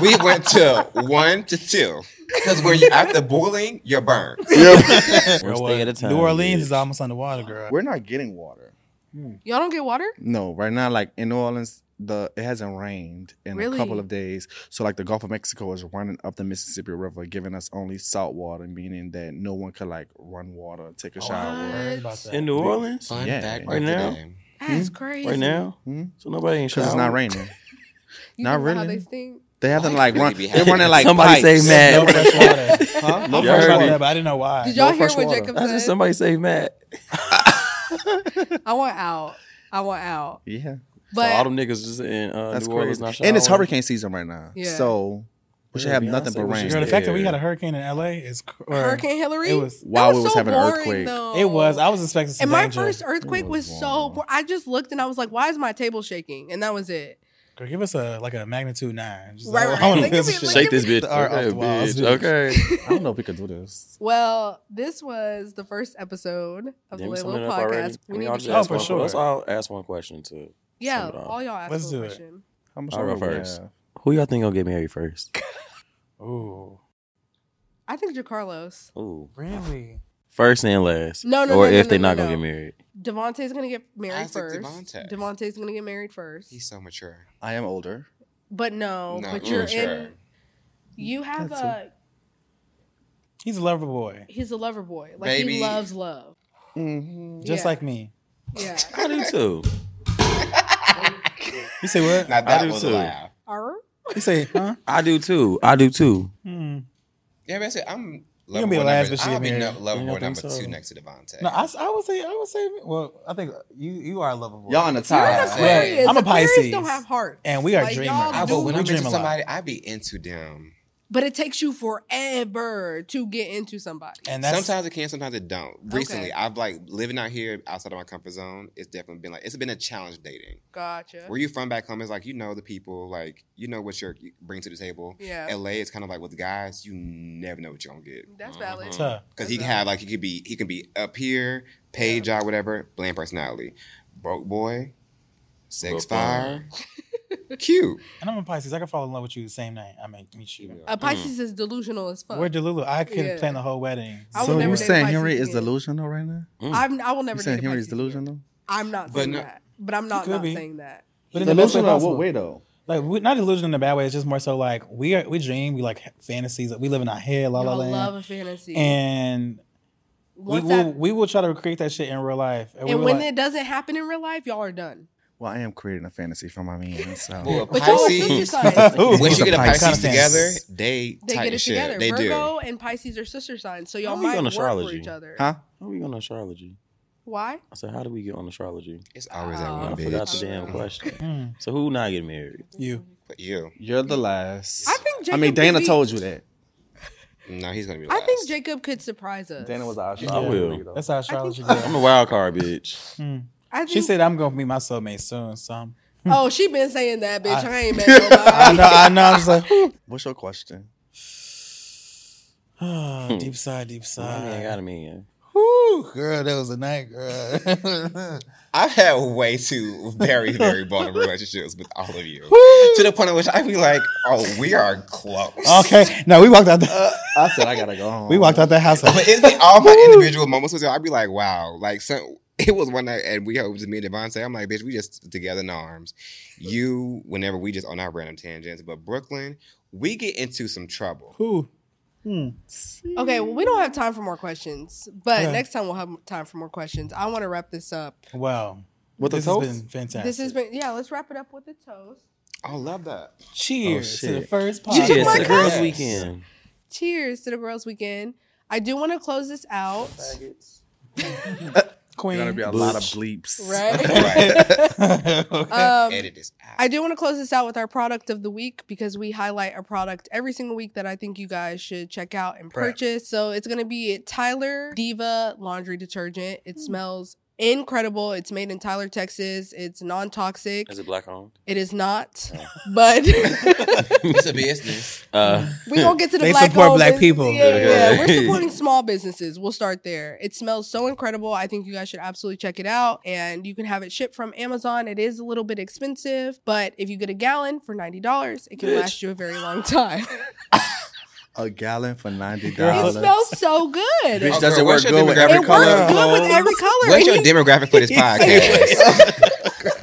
[SPEAKER 3] we went to one to two because when you're after boiling, you're burned.
[SPEAKER 7] One
[SPEAKER 6] Girl,
[SPEAKER 7] stay at a
[SPEAKER 6] what?
[SPEAKER 7] time,
[SPEAKER 6] New Orleans
[SPEAKER 7] bitch.
[SPEAKER 6] is almost underwater, girl.
[SPEAKER 4] We're not getting water.
[SPEAKER 5] Y'all don't get water?
[SPEAKER 4] No, right now, like in New Orleans, the it hasn't rained in a
[SPEAKER 5] Really?
[SPEAKER 4] couple of days. So like the Gulf of Mexico is running up the Mississippi River, giving us only salt water, meaning that no one could like run water, take a
[SPEAKER 5] Oh,
[SPEAKER 4] shower.
[SPEAKER 6] Worried Oh, about that.
[SPEAKER 7] in New Orleans
[SPEAKER 3] Fun
[SPEAKER 4] Yeah.
[SPEAKER 3] fact
[SPEAKER 7] Right
[SPEAKER 3] of the
[SPEAKER 7] now?
[SPEAKER 3] day.
[SPEAKER 5] That's crazy.
[SPEAKER 7] right now.
[SPEAKER 4] Hmm?
[SPEAKER 7] So nobody ain't
[SPEAKER 4] Because it's not
[SPEAKER 7] showered?
[SPEAKER 4] raining.
[SPEAKER 5] You
[SPEAKER 4] Not
[SPEAKER 5] think about How
[SPEAKER 4] really.
[SPEAKER 5] they stink?
[SPEAKER 4] They haven't like
[SPEAKER 3] Really
[SPEAKER 4] run.
[SPEAKER 3] be
[SPEAKER 4] They're running like
[SPEAKER 7] Somebody
[SPEAKER 4] pipes.
[SPEAKER 7] say Matt.
[SPEAKER 6] No fresh water.
[SPEAKER 4] Huh? No
[SPEAKER 6] I
[SPEAKER 7] You
[SPEAKER 6] heard
[SPEAKER 4] fresh
[SPEAKER 6] about
[SPEAKER 4] water.
[SPEAKER 6] that, but I didn't know why.
[SPEAKER 5] Did y'all hear
[SPEAKER 4] fresh
[SPEAKER 5] what
[SPEAKER 4] water.
[SPEAKER 5] Jacob
[SPEAKER 7] I said
[SPEAKER 5] said?
[SPEAKER 7] somebody say Matt.
[SPEAKER 5] I want out. I want out.
[SPEAKER 4] Yeah,
[SPEAKER 5] But
[SPEAKER 7] so all them niggas just in uh,
[SPEAKER 4] that's
[SPEAKER 7] New Orleans
[SPEAKER 4] crazy.
[SPEAKER 7] not showering.
[SPEAKER 4] And it's hurricane season right now,
[SPEAKER 5] Yeah.
[SPEAKER 4] so we should
[SPEAKER 7] Yeah,
[SPEAKER 4] have
[SPEAKER 7] Beyonce
[SPEAKER 4] nothing but
[SPEAKER 7] was
[SPEAKER 4] rain.
[SPEAKER 7] just
[SPEAKER 6] Girl, the fact that we
[SPEAKER 7] Yeah.
[SPEAKER 6] had a hurricane in LA is cr- or-
[SPEAKER 5] Hurricane Hillary.
[SPEAKER 6] It was.
[SPEAKER 5] That
[SPEAKER 4] While we was
[SPEAKER 5] so
[SPEAKER 4] having an
[SPEAKER 5] boring,
[SPEAKER 4] earthquake.
[SPEAKER 5] though.
[SPEAKER 6] It was. I was expecting some
[SPEAKER 5] and my
[SPEAKER 6] danger.
[SPEAKER 5] first earthquake was so. bo- I just looked and I was like, "Why is my table shaking?" And that was it.
[SPEAKER 6] Girl, give us a like a magnitude nine. Just
[SPEAKER 5] Right,
[SPEAKER 6] like,
[SPEAKER 5] right.
[SPEAKER 6] I wanna
[SPEAKER 5] Like, give
[SPEAKER 6] feel
[SPEAKER 5] me-
[SPEAKER 6] some
[SPEAKER 5] like,
[SPEAKER 6] shit.
[SPEAKER 7] Shake this bitch.
[SPEAKER 6] The art off
[SPEAKER 7] Okay,
[SPEAKER 6] the walls,
[SPEAKER 7] bitch.
[SPEAKER 6] dude.
[SPEAKER 7] Okay.
[SPEAKER 4] I don't know if we could do this.
[SPEAKER 5] Well, this was the first episode of the
[SPEAKER 7] Damn,
[SPEAKER 5] Little Podcast.
[SPEAKER 7] something up already.
[SPEAKER 5] We
[SPEAKER 7] I mean,
[SPEAKER 5] need
[SPEAKER 7] I'll
[SPEAKER 5] to
[SPEAKER 7] just
[SPEAKER 5] keep-
[SPEAKER 6] Oh,
[SPEAKER 7] ask
[SPEAKER 6] for
[SPEAKER 7] one-
[SPEAKER 6] sure.
[SPEAKER 7] Let's all ask one question too.
[SPEAKER 5] yeah,
[SPEAKER 7] sum it up.
[SPEAKER 5] all y'all ask
[SPEAKER 6] Let's
[SPEAKER 5] me a
[SPEAKER 6] do it.
[SPEAKER 5] question.
[SPEAKER 4] How much
[SPEAKER 7] I'll go
[SPEAKER 4] longer we
[SPEAKER 7] first.
[SPEAKER 4] have?
[SPEAKER 7] Who y'all think gonna get married first?
[SPEAKER 6] Ooh,
[SPEAKER 5] I think Jacarlos.
[SPEAKER 7] Ooh.
[SPEAKER 6] really?
[SPEAKER 7] First and last.
[SPEAKER 5] No, no,
[SPEAKER 7] Or
[SPEAKER 5] no, no,
[SPEAKER 7] if
[SPEAKER 5] no,
[SPEAKER 7] they
[SPEAKER 5] no,
[SPEAKER 7] not
[SPEAKER 5] no.
[SPEAKER 7] gonna get married.
[SPEAKER 5] Devontae's gonna get married
[SPEAKER 3] Isaac
[SPEAKER 5] first.
[SPEAKER 3] Devontae.
[SPEAKER 5] Devontae's gonna get married first.
[SPEAKER 3] He's so mature.
[SPEAKER 4] I am older.
[SPEAKER 5] but no,
[SPEAKER 3] No,
[SPEAKER 5] but
[SPEAKER 3] he's
[SPEAKER 5] you're
[SPEAKER 3] mature.
[SPEAKER 5] in. You have
[SPEAKER 4] That's
[SPEAKER 5] a.
[SPEAKER 6] He's a lover boy,
[SPEAKER 5] He's a lover boy. Like
[SPEAKER 3] Baby.
[SPEAKER 5] he loves love.
[SPEAKER 4] Mm-hmm.
[SPEAKER 6] just
[SPEAKER 5] Yeah.
[SPEAKER 6] like me.
[SPEAKER 5] Yeah.
[SPEAKER 7] I do too.
[SPEAKER 6] You say what?
[SPEAKER 3] Now that
[SPEAKER 7] do
[SPEAKER 3] was
[SPEAKER 7] too.
[SPEAKER 3] loud.
[SPEAKER 5] Arr?
[SPEAKER 6] You say, huh?
[SPEAKER 7] I do too. I do too.
[SPEAKER 6] Hmm.
[SPEAKER 3] Yeah, but I said I'm.
[SPEAKER 6] You're gonna
[SPEAKER 3] level
[SPEAKER 6] be the
[SPEAKER 3] one
[SPEAKER 6] last
[SPEAKER 3] number-
[SPEAKER 6] bitch to
[SPEAKER 3] I'll
[SPEAKER 6] get
[SPEAKER 3] be
[SPEAKER 6] married.
[SPEAKER 3] nu- level
[SPEAKER 7] You
[SPEAKER 3] one
[SPEAKER 7] don't
[SPEAKER 3] number
[SPEAKER 7] think so?
[SPEAKER 3] two next to Devontae.
[SPEAKER 6] No, I, s- I would say, I would say, well, I think you you are a lovable.
[SPEAKER 4] Y'all in the
[SPEAKER 3] Yeah.
[SPEAKER 4] tie.
[SPEAKER 5] Aquarius.
[SPEAKER 6] I'm a
[SPEAKER 5] Aquarius don't
[SPEAKER 6] Pisces.
[SPEAKER 5] have heart.
[SPEAKER 6] and we are
[SPEAKER 5] Like,
[SPEAKER 6] dreamers.
[SPEAKER 5] y'all
[SPEAKER 3] I,
[SPEAKER 5] do-
[SPEAKER 3] but when
[SPEAKER 6] We
[SPEAKER 3] I'm into
[SPEAKER 6] dream a lot.
[SPEAKER 3] somebody, I be into them.
[SPEAKER 5] But it takes you forever to get into somebody.
[SPEAKER 6] and that's
[SPEAKER 3] sometimes it can, sometimes it don't. Recently, I've like living out here outside of my comfort zone. It's definitely been like it's been a challenge dating.
[SPEAKER 5] Gotcha.
[SPEAKER 3] Where you from back home is like you know the people, like you know what you're, you bring to the table.
[SPEAKER 5] Yeah.
[SPEAKER 3] LA is kind of like with guys, you never know what you're gonna get.
[SPEAKER 5] That's valid.
[SPEAKER 6] tough.
[SPEAKER 3] Because he can have like he could be he can be up here, paid job, whatever, bland personality, broke boy, sex
[SPEAKER 7] Broke boy.
[SPEAKER 3] fire, cute.
[SPEAKER 6] And I'm a Pisces. I can fall in love with you the same night. I mean, meet you.
[SPEAKER 5] A Pisces is delusional as fuck.
[SPEAKER 6] Mm. We're Delulu. I could
[SPEAKER 5] Yeah.
[SPEAKER 6] plan the whole wedding.
[SPEAKER 5] I would
[SPEAKER 4] So
[SPEAKER 5] never
[SPEAKER 4] you
[SPEAKER 5] date a
[SPEAKER 4] saying
[SPEAKER 5] Pisces
[SPEAKER 4] Henry is
[SPEAKER 5] again.
[SPEAKER 4] delusional right now?
[SPEAKER 5] I'm, I will never
[SPEAKER 4] You
[SPEAKER 5] date a
[SPEAKER 4] saying Henry's
[SPEAKER 5] Pisces.
[SPEAKER 4] delusional?
[SPEAKER 5] I'm not
[SPEAKER 3] But
[SPEAKER 5] saying
[SPEAKER 3] no-
[SPEAKER 5] that. But I'm not
[SPEAKER 6] Could
[SPEAKER 5] not
[SPEAKER 6] be.
[SPEAKER 5] saying that.
[SPEAKER 6] But in the best way
[SPEAKER 4] Delusional in
[SPEAKER 6] possible.
[SPEAKER 4] what way though?
[SPEAKER 6] Like we, not delusion in a bad way. It's just more so like we are, we dream. We like fantasies. Like, we live in our head. La la
[SPEAKER 5] Y'all
[SPEAKER 6] land.
[SPEAKER 5] love a fantasy.
[SPEAKER 6] and we
[SPEAKER 5] Once
[SPEAKER 6] will
[SPEAKER 5] that-
[SPEAKER 6] we will try to recreate that shit in real life. we
[SPEAKER 5] and
[SPEAKER 6] were
[SPEAKER 5] when
[SPEAKER 6] like,
[SPEAKER 5] it doesn't happen in real life, y'all are done.
[SPEAKER 4] Well, I am creating a fantasy for my man.
[SPEAKER 3] Well,
[SPEAKER 4] So
[SPEAKER 5] But y'all are sister
[SPEAKER 3] Pisces.
[SPEAKER 5] signs.
[SPEAKER 6] Ooh.
[SPEAKER 3] Once you get a
[SPEAKER 6] Kind of
[SPEAKER 3] Pisces together,
[SPEAKER 6] fantasies.
[SPEAKER 3] they
[SPEAKER 5] They get
[SPEAKER 3] tighten
[SPEAKER 5] it
[SPEAKER 3] shit.
[SPEAKER 5] together.
[SPEAKER 3] They
[SPEAKER 5] Virgo and Pisces are sister signs, so y'all
[SPEAKER 7] How we
[SPEAKER 5] might
[SPEAKER 7] on
[SPEAKER 5] work for
[SPEAKER 7] astrology?
[SPEAKER 5] each other.
[SPEAKER 4] huh?
[SPEAKER 7] How we on astrology?
[SPEAKER 5] Why?
[SPEAKER 7] I said, how do we get on astrology?
[SPEAKER 3] do. It's always that
[SPEAKER 5] Oh.
[SPEAKER 3] one
[SPEAKER 7] I forgot the
[SPEAKER 3] bitch.
[SPEAKER 7] damn question.
[SPEAKER 6] mm,
[SPEAKER 7] So who not getting married?
[SPEAKER 6] you.
[SPEAKER 3] But you.
[SPEAKER 4] You're the last.
[SPEAKER 5] I think Jacob
[SPEAKER 4] I mean,
[SPEAKER 5] could
[SPEAKER 4] Dana
[SPEAKER 5] be-
[SPEAKER 4] told you that.
[SPEAKER 3] No, he's gonna be.
[SPEAKER 5] I
[SPEAKER 3] Last.
[SPEAKER 5] think Jacob could surprise us.
[SPEAKER 4] Dana was our
[SPEAKER 7] I will.
[SPEAKER 6] That's how astrology
[SPEAKER 5] I think-
[SPEAKER 6] goes.
[SPEAKER 7] I'm a wild card, bitch.
[SPEAKER 5] I think,
[SPEAKER 6] She said I'm gonna meet my soulmate soon. So I'm,
[SPEAKER 5] "Oh, she been saying that, bitch. I,
[SPEAKER 6] I-
[SPEAKER 5] ain't met nobody."
[SPEAKER 6] I know. I know. I'm just like
[SPEAKER 4] What's your question?
[SPEAKER 6] oh, deep side, deep
[SPEAKER 7] I mean, I
[SPEAKER 6] side.
[SPEAKER 7] got a man.
[SPEAKER 6] Whew, girl, that was a night, girl.
[SPEAKER 3] I've had way too very very vulnerable relationships with all of you to the point at which I be like, oh, we are close.
[SPEAKER 6] okay. No, we walked out. The,
[SPEAKER 4] I said I gotta go home.
[SPEAKER 6] we walked out that house.
[SPEAKER 3] But it's been all my individual moments with y'all. I'd be like, wow, like so. It was one night, and we it was me and Devontae. I'm like, bitch, we just together in arms. You, whenever we just on our random tangents, but Brooklyn, we get into some trouble.
[SPEAKER 6] Who?
[SPEAKER 5] Okay, well, we don't have time for more questions, but
[SPEAKER 6] Okay.
[SPEAKER 5] next time we'll have time for more questions. I want to wrap this up.
[SPEAKER 6] Wow.
[SPEAKER 4] With the
[SPEAKER 6] this has
[SPEAKER 4] toast?
[SPEAKER 6] been fantastic.
[SPEAKER 5] This has been yeah. Let's wrap it up with a toast.
[SPEAKER 3] I love that.
[SPEAKER 6] Cheers
[SPEAKER 4] Oh,
[SPEAKER 6] to the
[SPEAKER 4] shit.
[SPEAKER 6] first
[SPEAKER 7] Yeah,
[SPEAKER 6] podcast.
[SPEAKER 5] took my
[SPEAKER 7] it's the girls'
[SPEAKER 3] cup.
[SPEAKER 7] weekend.
[SPEAKER 5] Cheers to the girls' weekend. I do want to close this out,
[SPEAKER 6] Queen.
[SPEAKER 4] Gonna be a lot of bleeps.
[SPEAKER 5] right?
[SPEAKER 3] Right.
[SPEAKER 5] Um,
[SPEAKER 3] Edit this out.
[SPEAKER 5] I do want to close this out with our product of the week because we highlight a product every single week that I think you guys should check out and
[SPEAKER 4] Correct.
[SPEAKER 5] purchase. So it's going to be Tyler Diva laundry detergent. It smells incredible. It's made in Tyler, Texas. It's non toxic.
[SPEAKER 7] Is it black owned?
[SPEAKER 5] It is not, but
[SPEAKER 3] it's a business.
[SPEAKER 7] Uh,
[SPEAKER 5] we gonna get to the
[SPEAKER 6] They
[SPEAKER 5] black
[SPEAKER 6] support
[SPEAKER 5] owned
[SPEAKER 6] black
[SPEAKER 5] bus-
[SPEAKER 6] people.
[SPEAKER 5] Yeah, yeah, yeah.
[SPEAKER 7] Yeah.
[SPEAKER 5] we're supporting small businesses. We'll start there. It smells so incredible. I think you guys should absolutely check it out. And you can have it shipped from Amazon. It is a little bit expensive, but if you get a gallon for ninety dollars, it can
[SPEAKER 7] Bitch.
[SPEAKER 5] last you a very long time.
[SPEAKER 4] A gallon for ninety
[SPEAKER 5] it
[SPEAKER 4] dollars.
[SPEAKER 5] smells so good.
[SPEAKER 4] Bitch,
[SPEAKER 3] Oh,
[SPEAKER 4] does
[SPEAKER 3] girl,
[SPEAKER 4] it work
[SPEAKER 3] what's your
[SPEAKER 4] good with every
[SPEAKER 5] it
[SPEAKER 3] demographic?
[SPEAKER 4] color?
[SPEAKER 5] works
[SPEAKER 4] of
[SPEAKER 5] good with
[SPEAKER 4] clothes?
[SPEAKER 5] every color.
[SPEAKER 3] What's
[SPEAKER 5] And
[SPEAKER 3] your
[SPEAKER 5] you,
[SPEAKER 3] demographic for this podcast?
[SPEAKER 5] and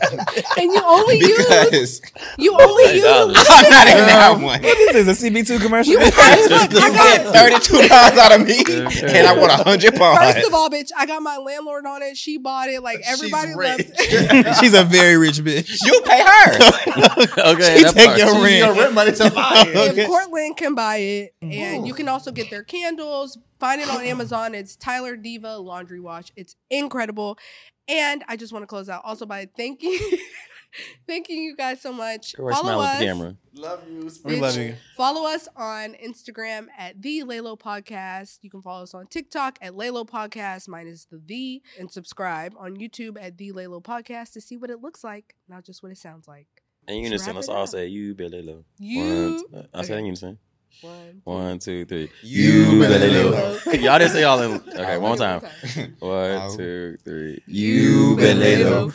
[SPEAKER 5] you only use
[SPEAKER 3] because
[SPEAKER 5] you only use a
[SPEAKER 7] $30.
[SPEAKER 5] little
[SPEAKER 3] I'm not in that one.
[SPEAKER 6] This is a CB2 commercial.
[SPEAKER 5] look, I got
[SPEAKER 3] Thirty-two dollars out of me, and I want hundred pounds.
[SPEAKER 5] First of all, bitch, I got my landlord on it. She bought it. Like everybody loves
[SPEAKER 3] rich.
[SPEAKER 5] it.
[SPEAKER 6] She's a very rich bitch.
[SPEAKER 3] you pay her.
[SPEAKER 7] okay,
[SPEAKER 6] She
[SPEAKER 7] that
[SPEAKER 6] take
[SPEAKER 7] part.
[SPEAKER 6] your
[SPEAKER 7] She's
[SPEAKER 6] rent.
[SPEAKER 4] money to buy it.
[SPEAKER 5] And Portland can buy it. And you can also get their candles. Find it on Amazon. It's Tyler Diva Laundry Wash. It's incredible. And I just want to close out also by thanking thanking you guys so much.
[SPEAKER 7] Girl, smile at the camera.
[SPEAKER 4] Love you. Speak
[SPEAKER 6] We
[SPEAKER 5] bitch.
[SPEAKER 6] love you.
[SPEAKER 5] Follow us on Instagram at the Lalo Podcast. You can follow us on TikTok at Lalo Podcast minus the V and subscribe on YouTube at the Lalo Podcast to see what it looks like, not just what it sounds like.
[SPEAKER 7] In unison,
[SPEAKER 5] Wrap
[SPEAKER 7] let's
[SPEAKER 5] it
[SPEAKER 7] all
[SPEAKER 5] up.
[SPEAKER 7] say you belly low.
[SPEAKER 5] You-
[SPEAKER 7] One, two- I said in unison.
[SPEAKER 5] One,
[SPEAKER 7] One, two, three.
[SPEAKER 3] You
[SPEAKER 4] belly
[SPEAKER 7] low. Y'all didn't say all in. Okay, one more time. One,
[SPEAKER 3] Ow.
[SPEAKER 7] two, three.
[SPEAKER 3] You belly low.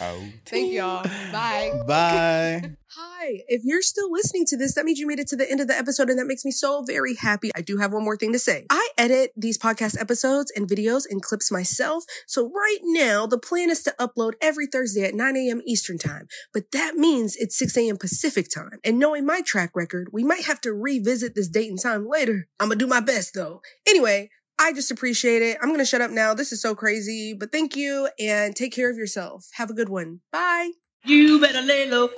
[SPEAKER 3] Oh.
[SPEAKER 5] Thank y'all. Bye.
[SPEAKER 6] Bye.
[SPEAKER 9] Hi, if you're still listening to this, that means you made it to the end of the episode, and that makes me so very happy. I do have one more thing to say. I edit these podcast episodes and videos and clips myself. So, right now, the plan is to upload every Thursday at 9 a.m. Eastern Time, but that means it's 6 a.m. Pacific Time. And knowing my track record, we might have to revisit this date and time later. I'm gonna do my best though. Anyway, I just appreciate it. I'm gonna shut up now. This is so crazy, but thank you and take care of yourself. Have a good one. Bye.
[SPEAKER 2] You better lay low.